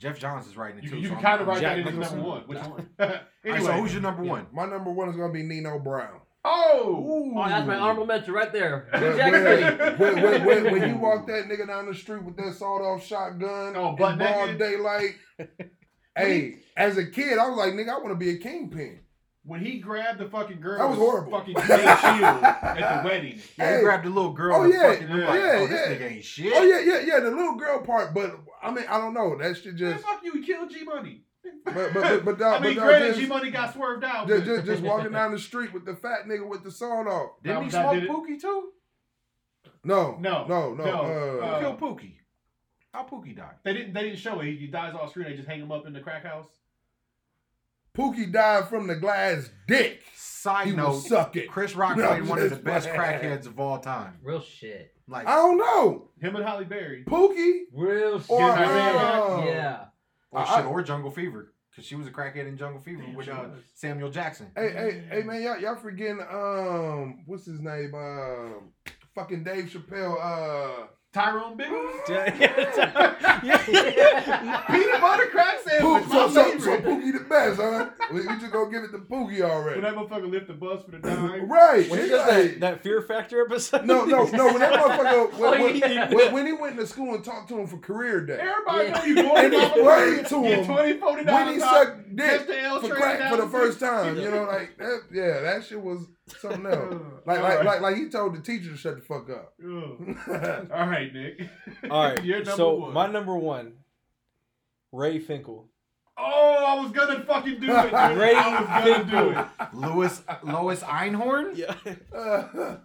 A: Jeff Johns is writing it
D: You,
A: too.
D: you
A: so I'm-
D: can kind of write
C: Jack
D: that in as
C: Nicholson.
D: number one. Which one?
A: All right,
D: anyway.
A: so who's your number one?
B: My number one is gonna be Nino Brown.
D: oh.
E: Oh, that's my honorable mention right there.
B: When,
E: Jack City.
B: when, when, when, when, when you walk that nigga down the street with that sawed off shotgun
D: Oh,
B: in broad
D: butt naked?
B: daylight. hey, as a kid, I was like, nigga, I want to be a kingpin.
D: When he grabbed the fucking girl,
B: That was
D: with
B: horrible.
D: Fucking Nate Shields at the wedding.
A: Yeah,
B: Hey.
A: he grabbed the little girl.
B: Oh,
A: and
B: yeah,
A: fucking, I'm like,
B: yeah,
A: oh, this
B: yeah.
A: nigga ain't shit.
B: Oh yeah, yeah, yeah. The little girl part, but I mean, I don't know. That shit
D: Man,
B: just.
D: fuck you. He killed G Money.
B: But but but but, dawg,
D: I
B: but
D: mean,
B: dawg,
D: granted,
B: just,
D: G Money got swerved out.
B: ju- ju-
D: but-
B: just, walking down the street with the fat nigga with the sawed off.
A: Didn't he
D: That- that
A: smoke
D: did it.
A: Pookie too?
B: No,
D: No,
B: no, no.
D: no,
B: uh,
A: Who
D: Uh,
A: killed Pookie? How Pookie died?
D: They didn't. They didn't show it. He, he dies off screen. They just hang him up in the crack house.
B: Pookie died from the glass dick.
A: Side
B: He
A: note:
B: was sucking.
A: Chris Rock
B: No,
A: played one of the
B: just-
A: best crackheads of all time.
E: Real shit.
A: Like
B: I don't know.
D: Him and Holly Berry.
B: Pookie
E: Real shit.
B: or
D: Jim Isaiah.
B: uh,
E: yeah.
A: or,
B: I-
A: shit, or Jungle Fever, because she was a crackhead in Jungle Fever
D: Damn,
A: with
D: she
A: uh,
D: was.
A: Samuel Jackson.
B: Hey, hey, hey, man, y'all, y'all forgetting um, what's his name? Um, fucking Dave Chappelle. Uh,
D: Tyrone Biggles.
C: Yeah, yeah.
D: Peanut butter crack sandwich.
B: Pook, so, so,
D: My
B: so
D: favorite.
B: Pookie the best, huh? we, we just gonna give it to Pookie
D: When
B: already,
D: that motherfucker lift the bus for the dime.
B: right?
C: When he
B: it's
C: does
B: like-
C: that, that Fear Factor episode.
B: no, no, no. When that motherfucker, when,
E: Oh,
B: when-
E: yeah.
B: when- when he went to school and talked to him for career day,
D: Everybody
E: Yeah.
D: know you going
B: and he prayed to
D: Get
B: him
D: twenty forty
B: when
D: dollars.
B: he sucked
D: Catch
B: dick
D: the L
B: for
D: train
B: crack for the
D: down.
B: first time. You know, like that, yeah, that shit was something else. Like,
D: All
B: like,
D: right.
B: like, like he told the teacher to shut the fuck up.
D: Ugh. All right, Nick.
C: All right.
D: You're number
C: so
D: one.
C: my number one, Ray Finkel.
D: Oh, I was gonna fucking do it. Dude. I was gonna do it.
A: Louis Lois Einhorn.
C: Yeah.
B: yeah,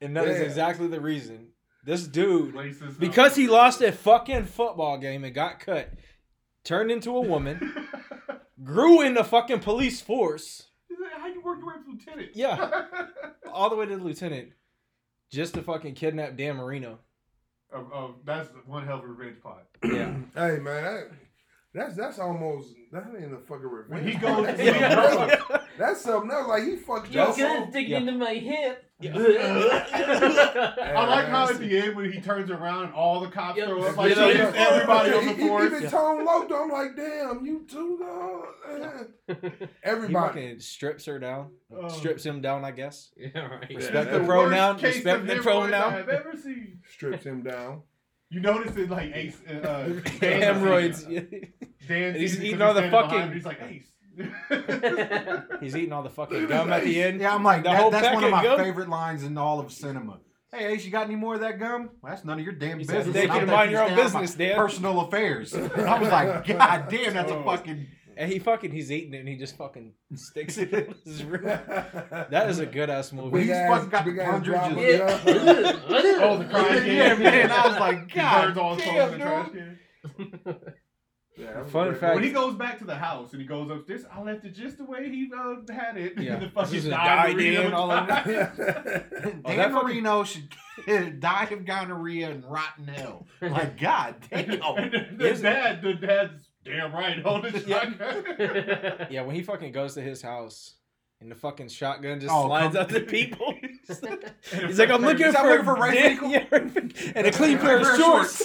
C: And that is
B: Yeah. exactly
C: exactly the reason. This dude,
D: Laces up.
C: because he lost a fucking football game and got cut, turned into a woman, grew in the fucking police force,
D: He's like, How you work your way to lieutenant?
C: Yeah. all the way to the lieutenant, just to fucking kidnap Dan Marino.
D: oh, oh, that's one hell of a revenge pot.
C: Yeah.
B: Hey man, that, that's that's almost that ain't a fucking revenge.
D: When he goes to
B: that's,
D: the
B: something else.
D: yeah.
B: That's something else. Like he fucked
E: Your
B: up.
E: gun's digging
C: Yeah.
E: into my hip.
D: I like how at the end when he turns around and all the cops
E: Yep.
D: throw up like
E: You know,
D: shit,
E: yeah.
D: everybody on the
B: He- he-
D: force.
B: Even Tone Loco, I'm like, damn, you too, dog.
C: He
B: Everybody.
C: fucking strips her down.
D: Oh.
C: Strips him down, I guess.
E: yeah, right.
C: Respect
B: That's
C: the
B: the
C: pronoun.
D: worst case
C: Respect
D: of
C: the
D: hemorrhoids
C: pronoun.
D: I've ever seen.
B: Strips him down.
D: You notice it like Ace. Uh, uh, Dan-
C: Hemorrhoids.
D: Dan.
C: And he's
D: sees it 'cause
C: eating all the
D: standing behind
C: fucking-
D: him, He's like Ace.
C: He's eating all the fucking
B: Look at
C: gum
B: his
C: at the
B: face.
C: end.
A: Yeah, I'm like
C: The
A: that,
C: whole
A: that's one of
C: packet
A: my
C: gum?
A: favorite lines in all of cinema. Hey, Ace, you got any more of that gum? Well, that's none of your damn
C: He says,
A: business. and
C: "Take it
A: I'm
C: and mind
A: taking
C: your own
A: this down my
C: business, Dan."
A: Personal affairs. I was like, God damn, that's a fucking.
C: And he fucking he's eating it and he just fucking sticks it in his room.
B: that
C: That is a good ass movie.
A: Big he's fucking got the plunger
E: Yeah.
A: just-
D: Oh, the crying
A: Yeah,
D: game.
A: man. I was like,
D: he
A: God
D: burns all his clothes in the
A: damn,
D: trash
A: dude.
D: can.
C: Fun
D: Yeah, that was great.
C: fact-
D: When he goes back to the house and he goes upstairs, I left it just the way he uh, had it.
C: Yeah.
D: and the
C: This is
D: fucking
C: a
D: diarrhea.
C: diarrhea
B: Oh,
C: and all of
A: Dan
C: Oh, that fucking-
A: Marino should die of gonorrhea and rotten hell. Like, god damn.
D: And the
C: Is it-
D: dad, the dad's damn right on his shotgun.
C: Yeah, when he fucking goes to his house and the fucking shotgun just
A: Oh,
C: slides
A: come-
C: out to people. He's like, I'm looking
A: Is that
C: for,
A: looking for
C: a
A: Rice
C: dick-
A: Eagle?
C: yeah, and a clean pair of shorts.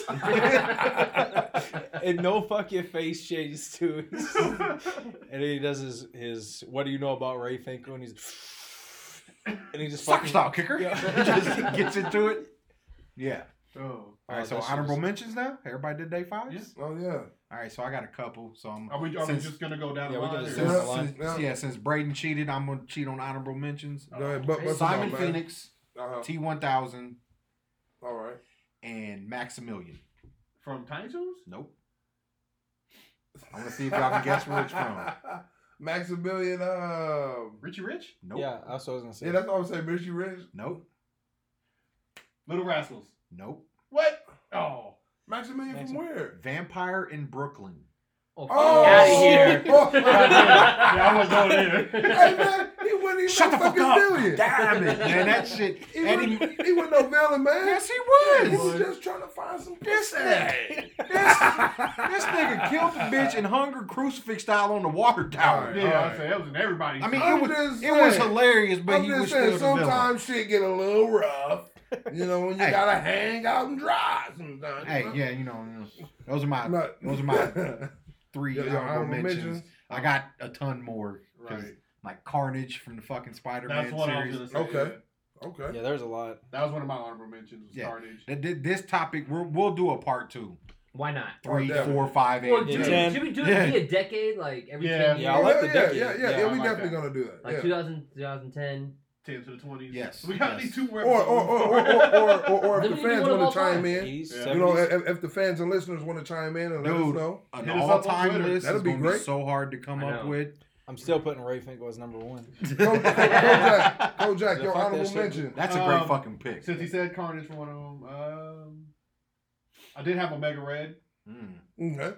C: and no fucking face changes to it. and he does his, his what do you know about Ray Finkel? And he's and he just
A: Suck
C: fucking
A: style kicker.
C: Yeah.
A: Just gets into it. Yeah.
D: oh.
A: All right,
C: Oh,
A: so
C: that shit
A: honorable
C: was-
A: mentions now. Everybody did day five.
D: Yeah.
B: Oh yeah.
A: All right, so I got a couple. So I'm
C: Oh,
D: Are we, are
A: Since-
D: we just gonna go down
C: Yeah,
D: the
C: we
D: line?
C: can just
D: or-
C: do
A: since,
C: that.
B: Yeah.
A: since-
B: Yeah.
A: yeah. since Braden cheated, I'm gonna cheat on honorable mentions.
C: Oh,
B: Go ahead, but- but-
A: Simon
B: man.
A: Phoenix,
B: Uh-huh.
A: T1000,
B: All right.
A: and Maximilian.
D: From Tiny Toons?
A: Nope. I want to see if y'all can guess where it's from.
B: Maximilian. Um,
D: Richie Rich?
A: Nope.
C: Yeah, that's what I was gonna say.
B: yeah, that's what I'm saying. Richie Rich.
A: Nope.
D: Little Rascals.
A: Nope.
D: What? Oh.
B: Maximilian
C: Maxim-
B: from where?
A: Vampire in Brooklyn.
E: oh,
B: Oh,
E: out of here.
B: oh,
D: yeah, I was going
B: Hey
D: there.
B: man, he wasn't even
A: Shut
B: no
A: the fuck
B: fucking
A: up!
B: villain.
A: Damn it, man! That shit.
B: He
A: that
B: wasn't-
A: didn't-
B: He wasn't no villain, man.
A: yes, he
B: He
A: was.
B: was just trying to find some
A: This
B: pussy.
A: nigga, this, this nigga killed the bitch and hung her crucifix style on the water tower.
D: yeah, I said that was in everybody's.
A: I mean,
B: I'm
A: it was
B: just
A: it was
B: saying.
A: hilarious, but
B: I'm
A: he
B: just
A: was
B: saying,
A: still the villain.
B: sometimes shit get a little rough. You know, when you
A: Hey.
B: gotta hang out and dry sometimes.
A: Hey,
B: you
A: yeah, you know, you know, those are my
B: know?
A: those are my three
B: Yeah, yeah,
A: honorable
B: honorable
A: mentions.
B: mentions.
A: I got a ton more, 'cause,
D: Right.
A: Like Carnage from the fucking Spider
D: that's
A: Man
D: what I was
A: series.
D: gonna say.
B: Okay.
D: yeah.
B: okay.
C: yeah, there's a lot.
D: That was one of my honorable mentions. Was
A: Yeah.
D: Carnage.
A: Th- th- This topic, we're, we'll do a part two.
E: Why not?
A: Three,
B: Oh,
A: four, five, eight,
E: Well,
A: ten.
E: should,
C: Yeah.
E: we- should we do it
A: Yeah.
E: be a decade? Like every
D: Yeah.
E: 10 years?
C: Yeah, I like
B: yeah,
C: the
B: yeah,
C: decade.
B: yeah, yeah,
C: Yeah,
B: yeah,
D: I
B: we
D: like
B: definitely
D: that.
B: gonna do that.
E: Like
B: yeah.
E: 2000, 2010.
D: Ten to the twenties.
A: Yes,
D: We got
A: yes.
D: these two
B: Or
D: words.
B: or or or or, or, or if
E: Then
B: the
E: we can do
B: fans
E: one of
B: want
E: all
B: to chime
E: time.
B: in,
C: He's
D: Yeah.
B: you know, if, if the fans and listeners want to chime in and let us
A: Dude.
B: know,
A: An
D: Hit us up on
A: all time
D: Twitter.
A: list
B: That'd
A: is
B: be
A: going to be
B: great.
A: so hard to come
E: I
A: up
E: know.
A: with.
C: I'm still putting Ray Finkel as number one.
B: Kojak,
A: That's
B: Kojak,
C: Yeah,
B: your
C: fuck that
B: honorable
C: shit.
B: mention.
A: a great
D: Um,
A: fucking pick.
D: Since he said Carnage for one of them, um, I did have Omega Red.
A: Mm.
B: Okay.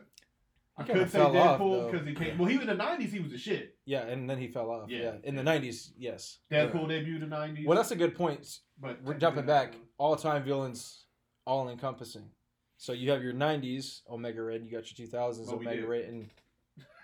D: I
C: kinda
D: could say
C: fell off,
D: Deadpool
C: though.
D: because he came. Well, he was in the nineties. He was the shit.
C: Yeah, and then he fell off.
D: Yeah.
C: Yeah, in the '90s, yes.
D: Deadpool debuted in the nineties.
C: Well, that's a good point.
D: But
C: We're jumping back. All time villains, all encompassing. So you have your '90s Omega Red, you got your 2000s
D: Oh, we
C: Omega
D: did.
C: Red, and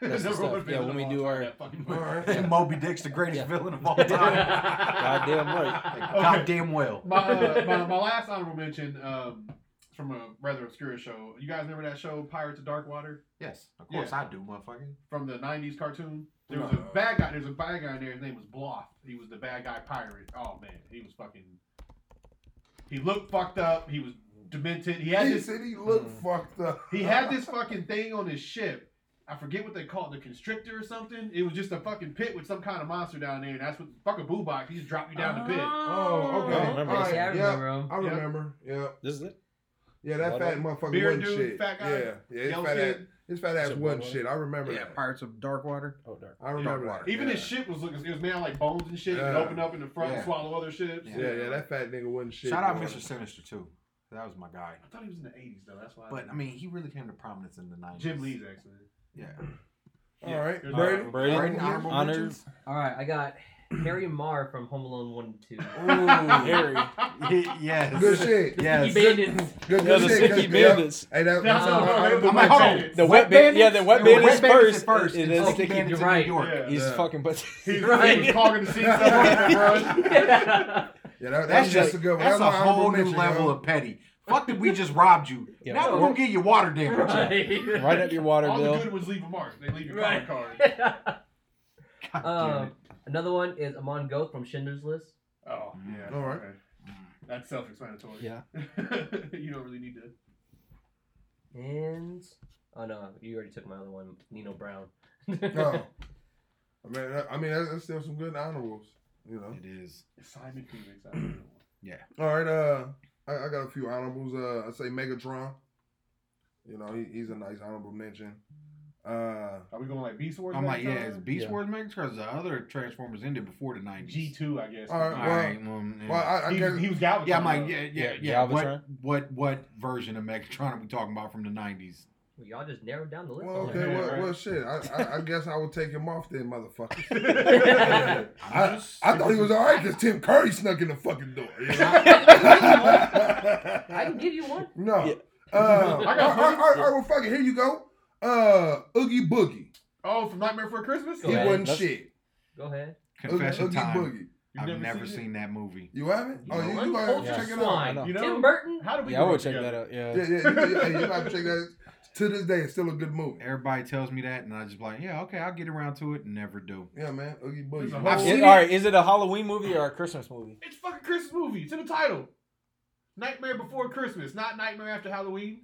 C: That's the
D: Number
C: stuff.
D: one
C: Yeah, when
D: villain of
C: we
D: all
C: do
D: time,
C: our-
D: that fucking
B: All right.
A: And Moby Dick's the greatest
C: Yeah.
A: villain of all time.
C: Goddamn right.
D: Okay.
A: Goddamn well.
D: my, uh, my, my last honorable mention um, is from a rather obscure show. You guys remember that show Pirates of Dark Water
A: Yes, of course I do, motherfucker.
D: from the '90s cartoon? There was
B: No.
D: a bad guy. There's a bad guy in there. His name was Bloth. He was the bad guy pirate. Oh man, he was fucking. He looked fucked up. He was demented. He had
B: He
D: this.
B: said he looked
C: Mm.
B: fucked up.
D: He had this fucking thing on his ship. I forget what they called it, the constrictor or something. It was just a fucking pit with some kind of monster down there, and that's what fucking Boo Box. He just dropped you down the pit.
E: Ah.
B: Oh, okay.
C: I remember
B: All
E: Oh,
B: right,
E: yeah,
B: yeah,
E: I remember him.
B: I remember. Yeah.
C: this is it.
B: Yeah, that
C: Blood
B: fat
C: up.
B: motherfucker
D: Beard
B: wasn't
D: dude,
B: shit.
D: fat guy,
B: yeah, yeah, his
D: Yellow
B: fat ass,
D: skin.
B: his fat ass
C: Said
B: wasn't
C: blood up.
B: shit. I remember
A: Yeah,
B: that.
A: Pirates of Darkwater.
C: Oh dark.
B: I remember
A: Dark
B: that.
A: water.
D: Even
B: yeah.
D: his shit was looking. It was made out like bones and shit.
B: Yeah.
D: It opened up in the front
A: Yeah.
D: and swallow other shit.
A: Yeah.
B: Yeah, yeah, that fat nigga wasn't shit.
A: Shout out
B: man.
A: Mr. Sinister too. That was my guy.
D: I thought he was in the eighties though. That's why.
A: But I mean, he really came to prominence in the nineties.
D: Jim Lee's actually.
A: Yeah.
B: All right,
D: Yeah.
B: Brady.
C: Brady.
A: Braden, honorable
C: Honor-
A: mentions?
E: All right, I got Harry Marr from Home Alone 1 and 2.
C: Harry.
A: Y- yes.
B: Good shit.
A: Yes.
E: He bandits.
B: Good,
C: Yeah,
B: good
C: the
B: shit.
C: Sticky
B: good- yeah.
C: Bandits.
B: Hey, that, that's
D: That's
B: all my
E: no,
D: no,
B: honorable
D: I'm
A: like, hold on.
B: mentions.
C: The wet, bandits. Yeah, the wet
A: They were
C: bandits first.
A: and
C: And then
A: Sticky
C: Sticky.
A: Bandits in
E: You're
A: New York.
D: right.
C: He's
B: Yeah.
C: fucking but.
D: He, he
E: Right.
D: was clogging the seats up on the brush.
B: Yeah, that,
A: That's
B: that's,
A: just
B: a good one.
A: That's,
B: my
A: a
B: honorable
A: whole new
B: mention,
A: level
B: yo.
A: of petty. Fuck that we just robbed you.
C: Yeah.
A: Now we're gonna give you water damage.
C: Right up your water
D: All the
C: bill.
D: good ones leave a mark. They leave your
E: Right.
D: card card.
E: Right.
A: God damn
E: um,
A: it.
E: another one is Amon Goat from Schindler's List.
D: Oh yeah.
B: All right.
D: okay. That's self-explanatory.
C: Yeah.
D: you don't really need to.
E: And oh no, you already took my other one, Nino Brown.
B: No. I mean, that- I mean, that's, that's still some good honorables. You know.
A: It is.
D: Simon Phoenix. I don't know.
B: All right, uh, I, I got a few honorables. Uh, I say Megatron. You know, he, he's a nice honorable mention. Uh,
D: Are we going like Beast Wars?
A: I'm like,
D: next
A: yeah, is
D: time?
A: Beast
C: Yeah.
A: Wars Megatron? Because the other Transformers ended before the 90s.
D: G2, I guess.
B: All right,
A: All
B: well,
A: right. um, yeah.
B: well, I, I
D: he,
B: guess
D: he was Galvatron.
A: yeah, I'm like,
D: though.
A: yeah, yeah, yeah.
C: Yeah,
A: What,
C: Galvatron.
A: what, what version of Megatron are we talking about from the 90s?
E: Well, y'all just narrowed down the list.
B: Well, okay,
D: Yeah,
B: well,
D: right.
B: well shit. I, I, I guess I would take him off then, motherfucker.
D: I-
B: I, I thought he was all right because Tim Curry snuck in the fucking door. You know?
E: I can give you one.
B: no.
C: Yeah.
B: Uh, all
D: I
B: right,
D: got
B: all right,
D: one.
B: all right, well, fuck it. Here you go. Uh, Oogie Boogie.
D: Oh, from Nightmare Before Christmas?
E: Go
B: He
E: ahead.
B: wasn't
C: That's-
B: shit.
E: Go ahead.
B: Oogie,
A: Confession
B: Oogie
A: time.
B: Boogie.
D: You've
A: I've never seen, that movie.
B: You haven't?
E: You
B: Oh,
D: know
B: you,
D: what?
B: you gotta
E: Culture
B: check it out.
E: swine.
C: I know.
D: You know?
E: Tim Burton.
D: How do we
C: Yeah, I
D: grow
C: would check
D: together?
C: that out. Yeah.
B: Yeah, yeah, yeah, yeah, you gotta check that. out. To this day, it's still a good movie.
A: Everybody tells me that, and I just be like, yeah, okay, I'll get around to it. Never do.
B: Yeah, man, Oogie
D: There's a
B: Boogie.
D: whole-
A: I've
C: Is-
A: seen it.
C: all right, is it a Halloween movie or a Christmas movie?
D: It's fucking Christmas movie. It's in the title. Nightmare Before Christmas, not Nightmare After Halloween.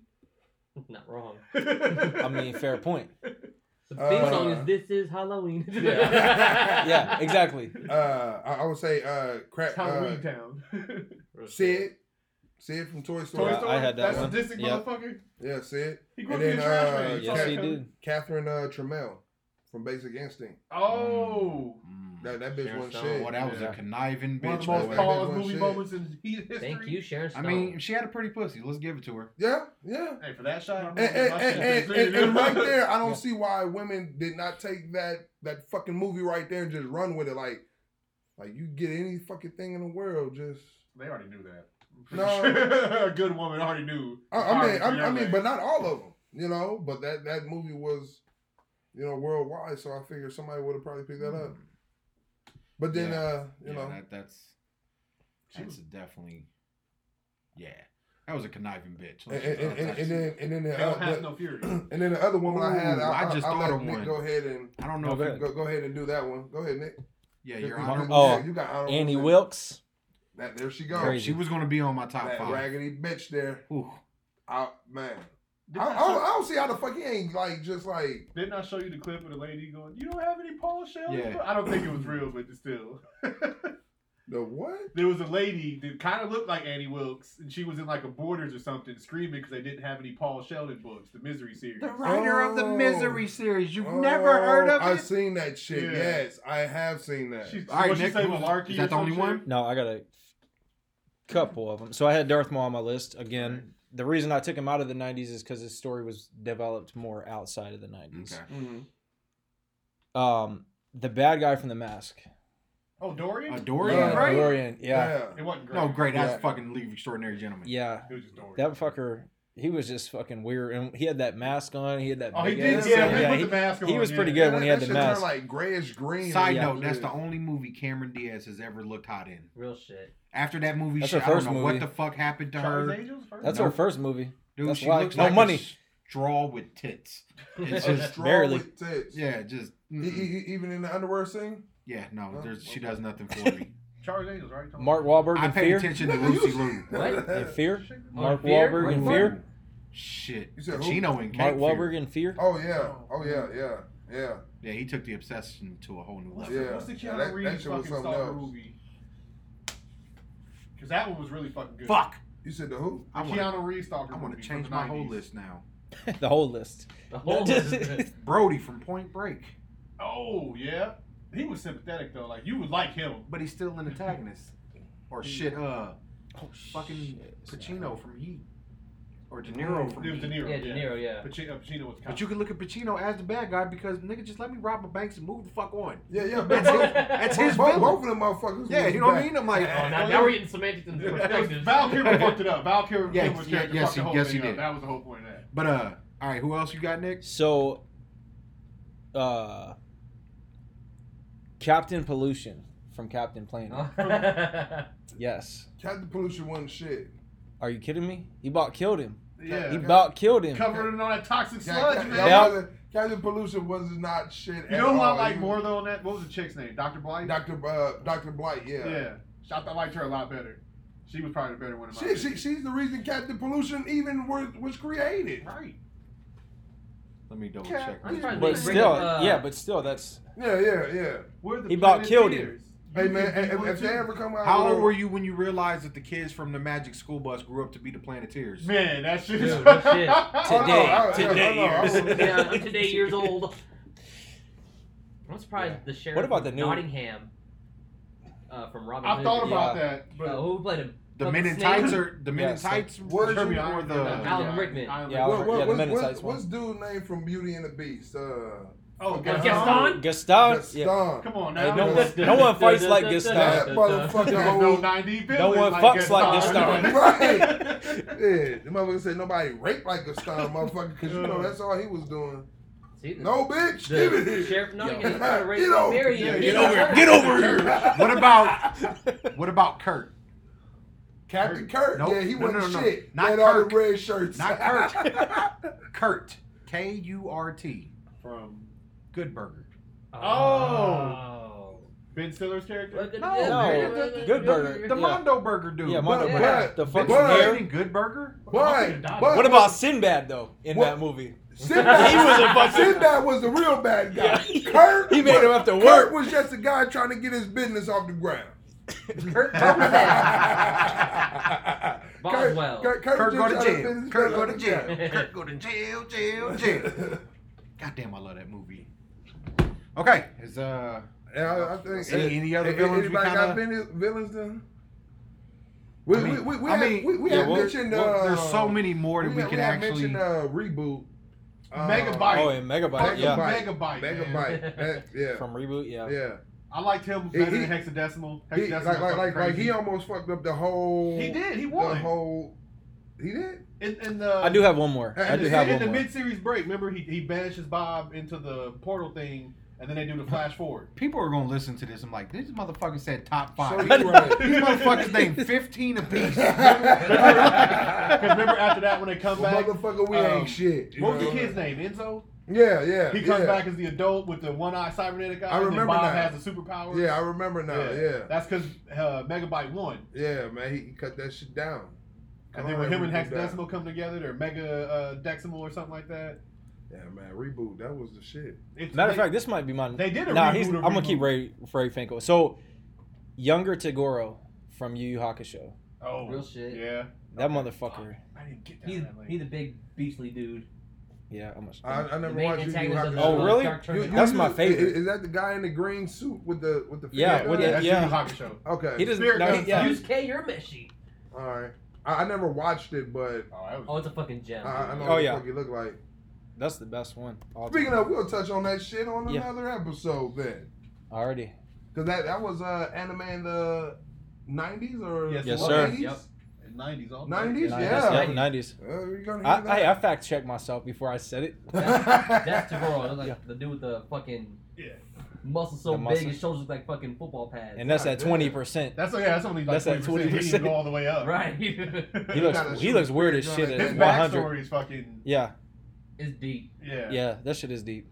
E: Not wrong.
D: I
C: I mean, fair point.
E: The
B: Uh,
E: theme song is "This Is Halloween."
B: Yeah.
C: Yeah, exactly.
B: Uh, I, I would say uh,
D: It's
B: crap. Uh,
D: Halloween Town.
B: Sid, Sid from Toy
D: Toy
B: Story.
C: Yeah,
D: Story.
C: I had that
D: That's
C: one.
D: sadistic
C: Yep.
D: motherfucker.
B: Yeah, Sid.
D: He grew
B: And
D: up in a
B: then,
D: trash
B: uh,
D: man.
C: Yes, he did.
B: Catherine uh, Trammell from Basic Instinct.
D: Oh.
A: Mm.
B: That that bitch
F: Sharon
B: wasn't
F: Stone.
B: shit.
A: Well, that was
F: Yeah.
A: a conniving
D: One
A: bitch.
D: of the
A: boy.
B: man.
D: most paused
B: That
D: movie
B: shit.
D: moments in he- history.
E: Thank you, Sharon
A: I
E: Stone.
A: mean, she had a pretty pussy. Let's give it to her.
B: Yeah, yeah.
D: Hey, for that shot.
B: And, and, and, and, and- and right there, I don't
C: Yeah.
B: see why women did not take that that fucking movie right there and just run with it. Like, like you get any fucking thing in the world, just.
D: They already knew that.
B: No.
D: a good woman already knew.
B: I, I mean, I, I
D: Yeah,
B: mean,
D: man.
B: but not all of them, you know. But that that movie was, you know, worldwide. So I figured somebody would have probably picked that up. But then,
A: Yeah.
B: uh, you
A: Yeah,
B: know,
A: that, that's
D: She
A: that's definitely yeah. That was a conniving bitch.
B: and, and, and, and then and then
D: they
B: the,
D: don't
B: uh,
D: have
B: the-
D: no fury.
B: and then the other woman I had,
A: Ooh,
B: I,
A: I
B: I
A: just
B: I
A: thought
B: let
A: of
B: Nick
A: one.
B: Go ahead and
A: I don't know
C: No,
A: if
C: go
A: it-
C: ahead.
B: go, go ahead and do that one. Go ahead, Nick.
A: yeah, your
B: You-
A: honorable.
C: Oh.
B: yeah, you got honorable.
C: Annie
B: mention.
C: Wilkes.
B: That, there she goes.
C: Crazy.
A: She was gonna be on my top
B: That
A: five.
B: raggedy bitch there.
A: Ooh.
B: I, man, I,
D: Didn't
B: I,
D: I,
B: don't, I
D: show,
B: don't see how the fuck he ain't like just like.
D: didn't I show you the clip of the lady going, "You don't have any Paul shells"?
A: Yeah.
D: I don't think it was real, but still,
B: The what?
D: there was a lady that kind of looked like Annie Wilkes, and she was in like a Borders or something, screaming because they didn't have any Paul Sheldon books, the Misery series.
A: The writer of the
B: Oh.
A: Misery series. You've
B: Oh,
A: never heard of
B: I've
A: it.
B: seen that shit.
D: Yeah.
B: Yes, I have seen that.
D: She,
A: All right,
D: what she
A: Nick,
D: say,
A: who-
D: malarkey
A: is that
D: or
A: the only
D: some
A: one?
D: shit?
C: No, I got a couple of them. So I had Darth Maul on my list again. The reason I took him out of the '90s is because his story was developed more outside of the '90s.
A: Okay.
C: Um, the bad guy from The Mask.
D: Oh, Dorian.
A: Uh, Dorian,
B: Yeah.
A: right?
C: Dorian. Yeah,
D: It wasn't great.
A: No, great. That's
B: Yeah.
A: fucking League of Extraordinary Gentlemen.
C: yeah.
D: It was just Dorian.
C: That fucker. He was just fucking weird, and he had that mask on. He had that.
D: Oh, he
C: big
D: did.
C: ass-
D: Yeah,
B: yeah,
D: he put
C: he-
D: the mask on.
C: he was
D: yeah.
C: pretty
B: Yeah,
C: good when he had
B: that-
C: the
B: that shit turned,
C: mask.
B: like grayish green.
A: Side
C: Yeah.
A: note: That's the only movie Cameron Diaz has ever looked hot in.
E: real shit.
A: After that movie,
C: That's
A: shit,
C: her
A: I don't
C: first
A: know
C: movie.
A: what the fuck happened to
D: Charlie's
A: her.
D: Angels first?
C: That's
A: No.
C: her first movie.
A: Dude,
C: That's
A: she
C: why-
A: looks
C: no
A: like
C: money.
A: a straw with tits. It's
B: A
A: just
B: straw
C: barely.
B: with tits.
A: yeah, just
B: E-
A: mm-mm.
B: e- e- even in the underwear scene.
A: yeah. No,
B: Oh,
A: there's, she
B: okay.
A: does nothing for me.
D: Charlie's Angels, right? Tony?
C: Mark Wahlberg
A: I
C: in
A: paid
C: Fear.
A: attention to Lucy Liu.
E: What?
C: In Fear. Mark
E: Fear?
C: Wahlberg in
E: Wait,
C: Fear.
A: Shit.
B: You said who?
A: Pacino in
C: Mark
A: Cape
C: Wahlberg
A: Fear.
C: in Fear.
B: Oh yeah. Oh yeah. Yeah. Yeah.
A: Yeah, he took the obsession to a whole new level.
B: Yeah.
D: What's the Keanu
B: Yeah, that- that
D: Reeves
B: shit was
D: fucking
B: something
D: stalker
B: else.
D: movie? Because that one was really fucking good.
A: Fuck.
B: You said the who?
D: The
A: I want.
D: Keanu Reeves stalker
A: I want
D: movie
A: to
D: from
A: change
D: the
A: my whole
D: 90s.
A: list now.
C: The whole list.
E: The whole list.
A: Brody from Point Break,
D: Oh yeah, he was sympathetic though. Like you would like him.
A: but he's still an antagonist. Or shit, uh,
C: Oh,
A: fucking
C: shit.
A: Pacino from Heat, or De Niro from
D: It was De
A: Heat.
D: Niro.
E: Yeah, De Niro. Yeah.
D: Pacino, uh, Pacino was.
A: Oh, But you can look at Pacino as the bad guy because nigga, just let me rob a banks and move the fuck on.
B: Yeah. Yeah. But
A: That's his.
B: both,
A: That's
B: both,
A: his
B: both,
A: villain.
B: both of them motherfuckers.
A: Yeah,
B: was
A: you know what I
B: back.
A: mean? I'm like,
E: Oh, now, now we're getting semantics and
D: It was-
E: perspectives.
D: Val Kilmer fucked it up. Val Kilmer,
A: Yeah,
D: Kilmer's
A: yeah,
D: character
A: yes,
D: fucked
A: he-
D: the whole
A: yes,
D: thing
A: he
D: up.
A: did.
D: That was the whole point of that.
A: but uh, all right, who else you got, Nick?
C: So, uh, Captain Pollution from Captain Planet. Yes.
B: Captain Pollution wasn't shit.
C: Are you kidding me? He about killed him.
D: Yeah,
C: He about killed him.
D: covered in all that toxic
B: Ca-
D: sludge,
B: Ca-
D: man.
C: Yeah.
B: Captain- Captain Pollution was not shit.
D: You
B: at
D: know who I
B: all.
D: like
B: Oh, He
D: more
B: was-
D: though on that? What was the chick's name? Doctor Blight.
B: Doctor uh, Doctor Blight. Yeah.
D: Yeah, I, I liked her a lot better. She was probably the better one. In my
B: She, she,
D: opinion.
B: she's the reason Captain Pollution even was, was created.
D: right.
A: Let me double
D: Yeah,
A: check.
D: I'm trying to
C: But
E: Bring
C: still,
E: up, uh,
C: yeah, but still, that's
B: Yeah, yeah, yeah.
D: We're the
C: He about
D: planet
C: killed him.
D: leaders.
B: Hey
D: You
B: man,
D: can
B: if,
D: be one,
B: if they
D: too.
B: ever come out,
A: How
B: with
A: old
B: a-
A: were you when you realized that the kids from the Magic School Bus grew up to be the Planeteers?
D: Man, that shit is
E: Dude, that shit.
B: Oh, no,
C: Today,
B: I- yeah,
C: today,
B: I know, I was-
E: yeah, I'm today years old. I'm surprised the sheriff.
C: What about
E: of
C: the new-
E: Nottingham? Uh, from Robin.
D: I
E: Hood.
D: thought
C: Yeah.
D: about that,
E: Uh,
D: but
E: who played him?
A: The
E: Fucking
A: men in
E: snake.
A: tights are the men in
C: Yes, like-
A: tights version or the
E: Alan Rickman.
C: Yeah,
B: What, what,
C: the
B: what's,
C: Mennonites
B: what's,
C: one.
B: what's dude name from Beauty and the Beast? Uh,
D: Oh,
B: Gaston?
D: Gaston?
C: Gaston.
B: Gaston.
C: Oh, Yeah.
D: Come on
C: Hey,
D: now.
C: no one- no one fights like
B: That
C: Gaston.
D: There's
B: motherfucker.
D: no
B: old-
D: 90
C: No one fucks like Gaston.
B: Right. Yeah, the motherfucker said nobody raped like Gaston, motherfucker, because you know that's all he was doing.
E: See, the-
B: No, bitch,
E: the
B: give it here.
E: Sheriff Nugget
B: Yo.
E: is trying to rape
B: Get over-
E: Mary.
D: yeah,
E: and
D: get
E: beat
D: over-
E: her.
A: get over here. What about what about Kurt?
B: Captain Kirk.
A: Nope.
B: Yeah, he
A: No,
B: wasn't
A: no, no, no.
B: shit.
A: Not
B: Had all the
A: Kirk.
B: red shirts.
A: Not Kirk. Kurt. K U R T.
D: From
A: Good burger.
E: Oh.
D: Ben Stiller's character?
E: Look at
A: No,
E: this.
A: no,
E: Look at
C: good
E: this.
C: burger.
A: The
C: Yeah.
A: Mondo Burger dude.
C: Yeah,
B: But-
C: Mondo
E: Yeah.
C: Burger. The
A: Vince
C: fucking
B: but-
A: Vaughn
C: hair.
A: in Good Burger?
B: but, but
C: What about Sinbad though in
B: What?
C: that movie?
B: Sinbad?
C: He was a fucking-
B: Sinbad was the real bad guy.
C: Yeah.
B: Kirk,
C: He made him have to
B: Kirk
C: work.
B: was just a guy trying to get his business off the ground. Kirk,
E: Kurt Boswell.
B: Kirk, Kirk,
A: Kirk go
B: was
A: to
B: just trying get
A: jail.
B: his
A: Kirk go to
B: business
A: jail.
E: jail.
A: Kirk go to jail, jail, jail. Goddamn, I love that movie. Okay, is uh
B: And I, I think
A: Any- any other
B: a- a-
A: villains we
B: Anybody got
A: kinda-
B: villains, villains then? We,
A: I mean,
B: we, we, we
A: I
B: had,
A: mean,
B: we, we
A: yeah,
B: had
A: well,
B: mentioned.
A: well,
B: uh,
A: there's so many more that we,
B: had-
A: could
B: had
A: actually.
B: mentioned, uh, reboot. Uh,
D: Megabyte.
C: Oh, and
B: Megabyte.
C: Megabyte. Yeah.
D: Megabyte. man.
B: Megabyte. That, yeah.
C: From reboot.
A: uh,
C: Yeah.
B: yeah.
D: I liked him
B: He-
D: better
B: he-
D: than Hexadecimal. Hexadecimal.
B: He, like, like,
D: fucking
B: like, like, he
D: crazy.
B: almost fucked up the whole.
D: He did. He
B: The
D: won.
B: whole. He did?
D: in, in the,
C: I do have one more.
B: And
C: I
D: in
C: do
D: the,
C: have
D: in
C: one
D: the
C: more.
D: mid-series break. Remember, he, he banishes Bob into the portal thing, and then they do the flash forward.
A: People are gonna listen to this. I'm like, these motherfuckers said top
B: uh, So
A: five.
B: you right.
A: These motherfuckers named 15 apiece.
D: Because remember, after that, when they come
B: Well,
D: back,
B: motherfucker, we
D: um,
B: ain't shit. you
D: what was the
B: know?
D: kid's name? Enzo.
B: Yeah, yeah.
D: He comes
B: yeah.
D: back as the adult with the one-eyed cybernetic guy.
B: I
D: and then
B: remember
D: Bob
B: that.
D: has the superpower.
B: Yeah, I remember now. Yeah.
D: That's because uh, Megabyte won.
B: Yeah, man, he, he cut that shit down. I don't
D: And then when him and
B: remember who died.
D: Hexadecimal come together, they're Mega uh, Decimal or something like that.
B: Yeah, man, reboot. That was the shit.
D: It's,
C: Matter of
D: they-
C: fact, this might be mine.
D: they did a
C: Nah,
D: reboot.
C: he's, I'm
D: of
C: gonna
D: reboot.
C: keep Ray Ray Finkel. So, younger Tagoro from Yu Yu Hakusho.
D: Oh,
E: Real shit.
D: Yeah,
C: That motherfucker.
D: I didn't get that.
E: He's,
D: one, like-
E: he's a big beastly dude.
C: Yeah, I'm a,
B: I, I
E: The
B: never
E: main
B: watched Yu Yu
E: antagonist of the
B: Hakusho.
C: Oh,
E: show,
C: really?
E: Dark
B: You-
E: Tournament.
B: you-
C: That's my
B: you-
C: favorite.
B: Is, is that the guy in the green suit with the with the?
C: Yeah,
B: fake
C: with
B: gun?
C: the-
D: That's
C: yeah.
D: Yu Hockey Show.
B: Okay.
C: he doesn't.
D: Spirit
C: No,
D: Guns.
C: yeah,
E: Use K, you're Meshi.
B: All right. I, I never watched it, but
D: Oh, that was-
E: Oh, it's a fucking gem.
B: I, I know
C: Oh,
B: what
C: yeah.
B: the fuck he look like.
C: that's the best one. all
B: Speaking
C: time.
B: of, we'll touch on that shit on
C: Yeah.
B: another episode then,
C: already,
B: cause that that was uh anime in the nineties or
D: Yes,
C: Yes,
B: late
C: sir.
B: 80s?
E: Yep.
D: 90s all
B: 90s?
C: Nah,
B: Yeah.
C: that's- yeah, nineties.
B: Uh, you gonna hear
C: I,
B: that?
C: I, I fact checked myself before I said it.
B: Oh,
E: That's Tagoro. Like The dude with the fucking
D: Yeah.
E: muscles so
C: The
E: big,
C: muscle.
E: his shoulders look like fucking football pads.
C: And that's at
B: God
C: twenty
B: damn.
C: percent.
D: That's okay. That's only like
C: That's at
D: 20%. He didn't
C: 20%.
D: go all the way up.
E: right.
C: He
B: He got a
C: looks he
B: shooting
C: looks weird as
B: spear
C: shit
B: gun
C: at
D: His
B: at
C: one hundred.
D: backstory is fucking.
C: Yeah,
E: it's deep.
D: Yeah.
C: yeah, that shit is deep.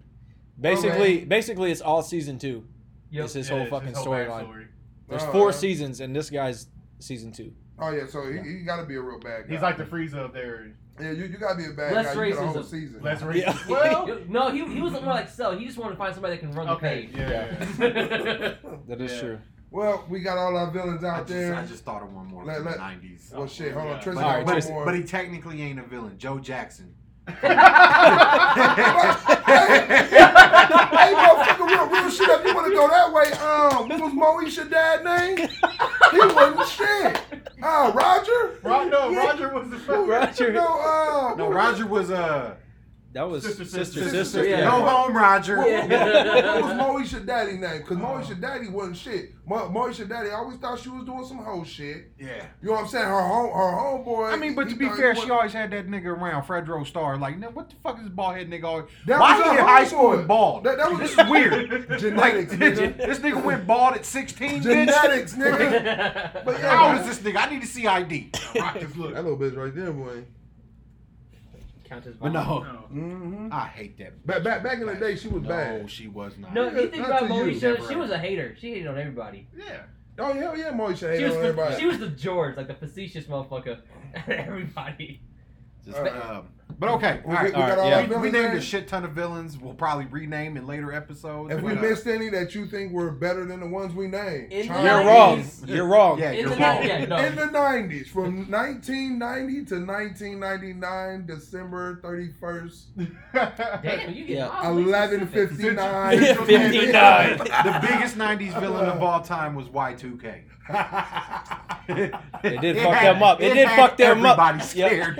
C: Basically, basically, it's all season two.
E: Yep.
C: It's his
D: Yeah,
C: whole
D: it's
C: fucking
D: his whole
C: storyline.
D: backstory.
C: There's
B: Oh,
C: four
B: yeah.
C: seasons, and this guy's season two.
B: Oh yeah, so he, he got to be a real bad guy.
D: He's like the Frieza up there.
B: yeah, you, you got to be a bad
E: Less
B: guy. You get a whole
E: racism.
B: season.
D: Less racist.
C: Yeah.
D: Well,
E: no, he, he was more like so. He just wanted to find somebody that can run
D: okay.
E: the
D: Yeah. yeah, yeah.
E: page.
C: That is
D: Yeah.
C: true.
B: Well, we got all our villains
A: I, just,
B: out there.
A: I just thought of one more
B: Let-
A: from the
B: let-
A: 90s.
B: well, shit. Hold on,
D: Yeah.
B: Tristan.
C: All right,
B: got one
A: but,
B: more.
A: but he technically ain't a villain. Joe Jackson.
B: Hey, motherfucker, real, real shit. If you want to go that way, um, what was Moesha dad name? He wasn't shit. Uh, Roger?
D: Ro- no,
B: Yeah.
D: Roger was the
B: Who-
D: fuck.
C: Roger.
B: No, uh,
A: No,
B: who-
A: Roger was uh
C: That was
D: Sister,
C: sister,
D: sister,
C: sister,
B: sister, sister,
C: yeah.
E: yeah.
A: no home Roger. Uh-huh.
B: What was
E: Yeah.
B: Moesha daddy name? Because Moesha daddy wasn't shit. Mo- Moesha daddy always thought she was doing some hoe shit.
A: Yeah.
B: You know what I'm saying? Her home, her homeboy.
A: I mean, but
B: he
A: to be
B: thought he
A: fair,
B: was-
A: she always had that nigga around, Fredro Starr. Like, "Now, what the fuck is this bald head nigga always?
B: That
A: Why
B: was
A: he
B: her
A: in high school
B: homeboy.
A: and bald?
B: That- that was-
A: this is weird. like,
B: genetics, nigga.
A: this nigga went bald at 16, bitch.
B: genetics, nigga. But yeah,
A: How old
B: man.
A: is this nigga? I need to see ID.
D: Rock his look.
B: That little bitch right there, boy.
E: Count his
A: But no,
D: No.
B: Mm-hmm.
A: I hate that.
B: Back, back, back in the day, she was
A: No,
B: bad.
A: she was not.
E: No, you think
B: Not
E: about
B: to you.
E: Moesha? She was a hater. She hated on everybody.
D: Yeah.
B: Oh hell yeah, Moesha
E: She
B: hated
E: was,
B: on
E: the,
B: everybody.
E: she was the George, like the facetious motherfucker. everybody.
A: Just,
B: Alright.
A: um, But okay,
B: We-
A: all right,
B: we
A: all right,
B: got all
A: yeah.
B: our
A: we,
B: villains
A: named
B: there?
A: a shit ton of villains. We'll probably rename in later episodes.
B: If we
A: but, uh,
B: missed any that you think were better than the ones we named,
E: In the
B: chime
C: You're
B: in.
C: wrong.
E: Nice.
C: You're wrong.
A: Yeah,
E: In
A: you're
E: the
A: wrong.
E: night, yeah, no.
B: In the 90s, from 1990 to 1999, December 31st,
E: Damn, you get
C: Yeah.
E: yeah.
B: 1159.
D: Yeah, 59.
A: the biggest '90s villain of all time was Y2K.
C: They did fuck them up. It did fuck them up.
A: Everybody
C: Yep.
A: scared.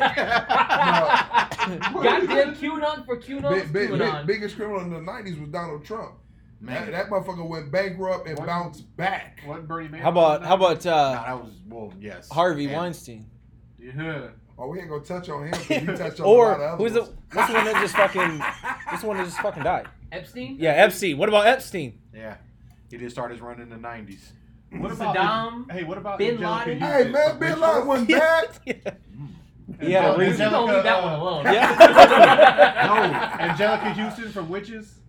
E: Goddamn QAnon for QAnon.
B: Big, big,
E: QAnon.
B: big, biggest criminal in the 90s was Donald Trump.
A: Man,
B: That, that motherfucker went bankrupt and
D: What?
B: bounced back.
D: What Bernie Madoff?
C: How about how about
A: no,
C: uh,
A: that was well, yes.
C: Harvey
A: Yeah.
C: Weinstein
D: Yeah.
B: Oh, we ain't gonna touch on him. 'cause You touched on a lot
C: or
B: of
C: who's the
B: others.
C: what's the one that just fucking what's the one that just fucking died?
E: Epstein.
C: Yeah, Epstein. What about Epstein?
A: Yeah, he did start his run in the '90s.
D: What
E: Saddam,
D: Hey, what about
E: Bin
D: Angelica
E: Laden.
B: Hey
D: Houston?
B: man, Bin Laden went back.
C: He had a
E: We're
C: reason.
E: gonna leave that
D: uh,
E: one alone.
C: Yeah.
A: No,
D: Angelica Houston from Witches.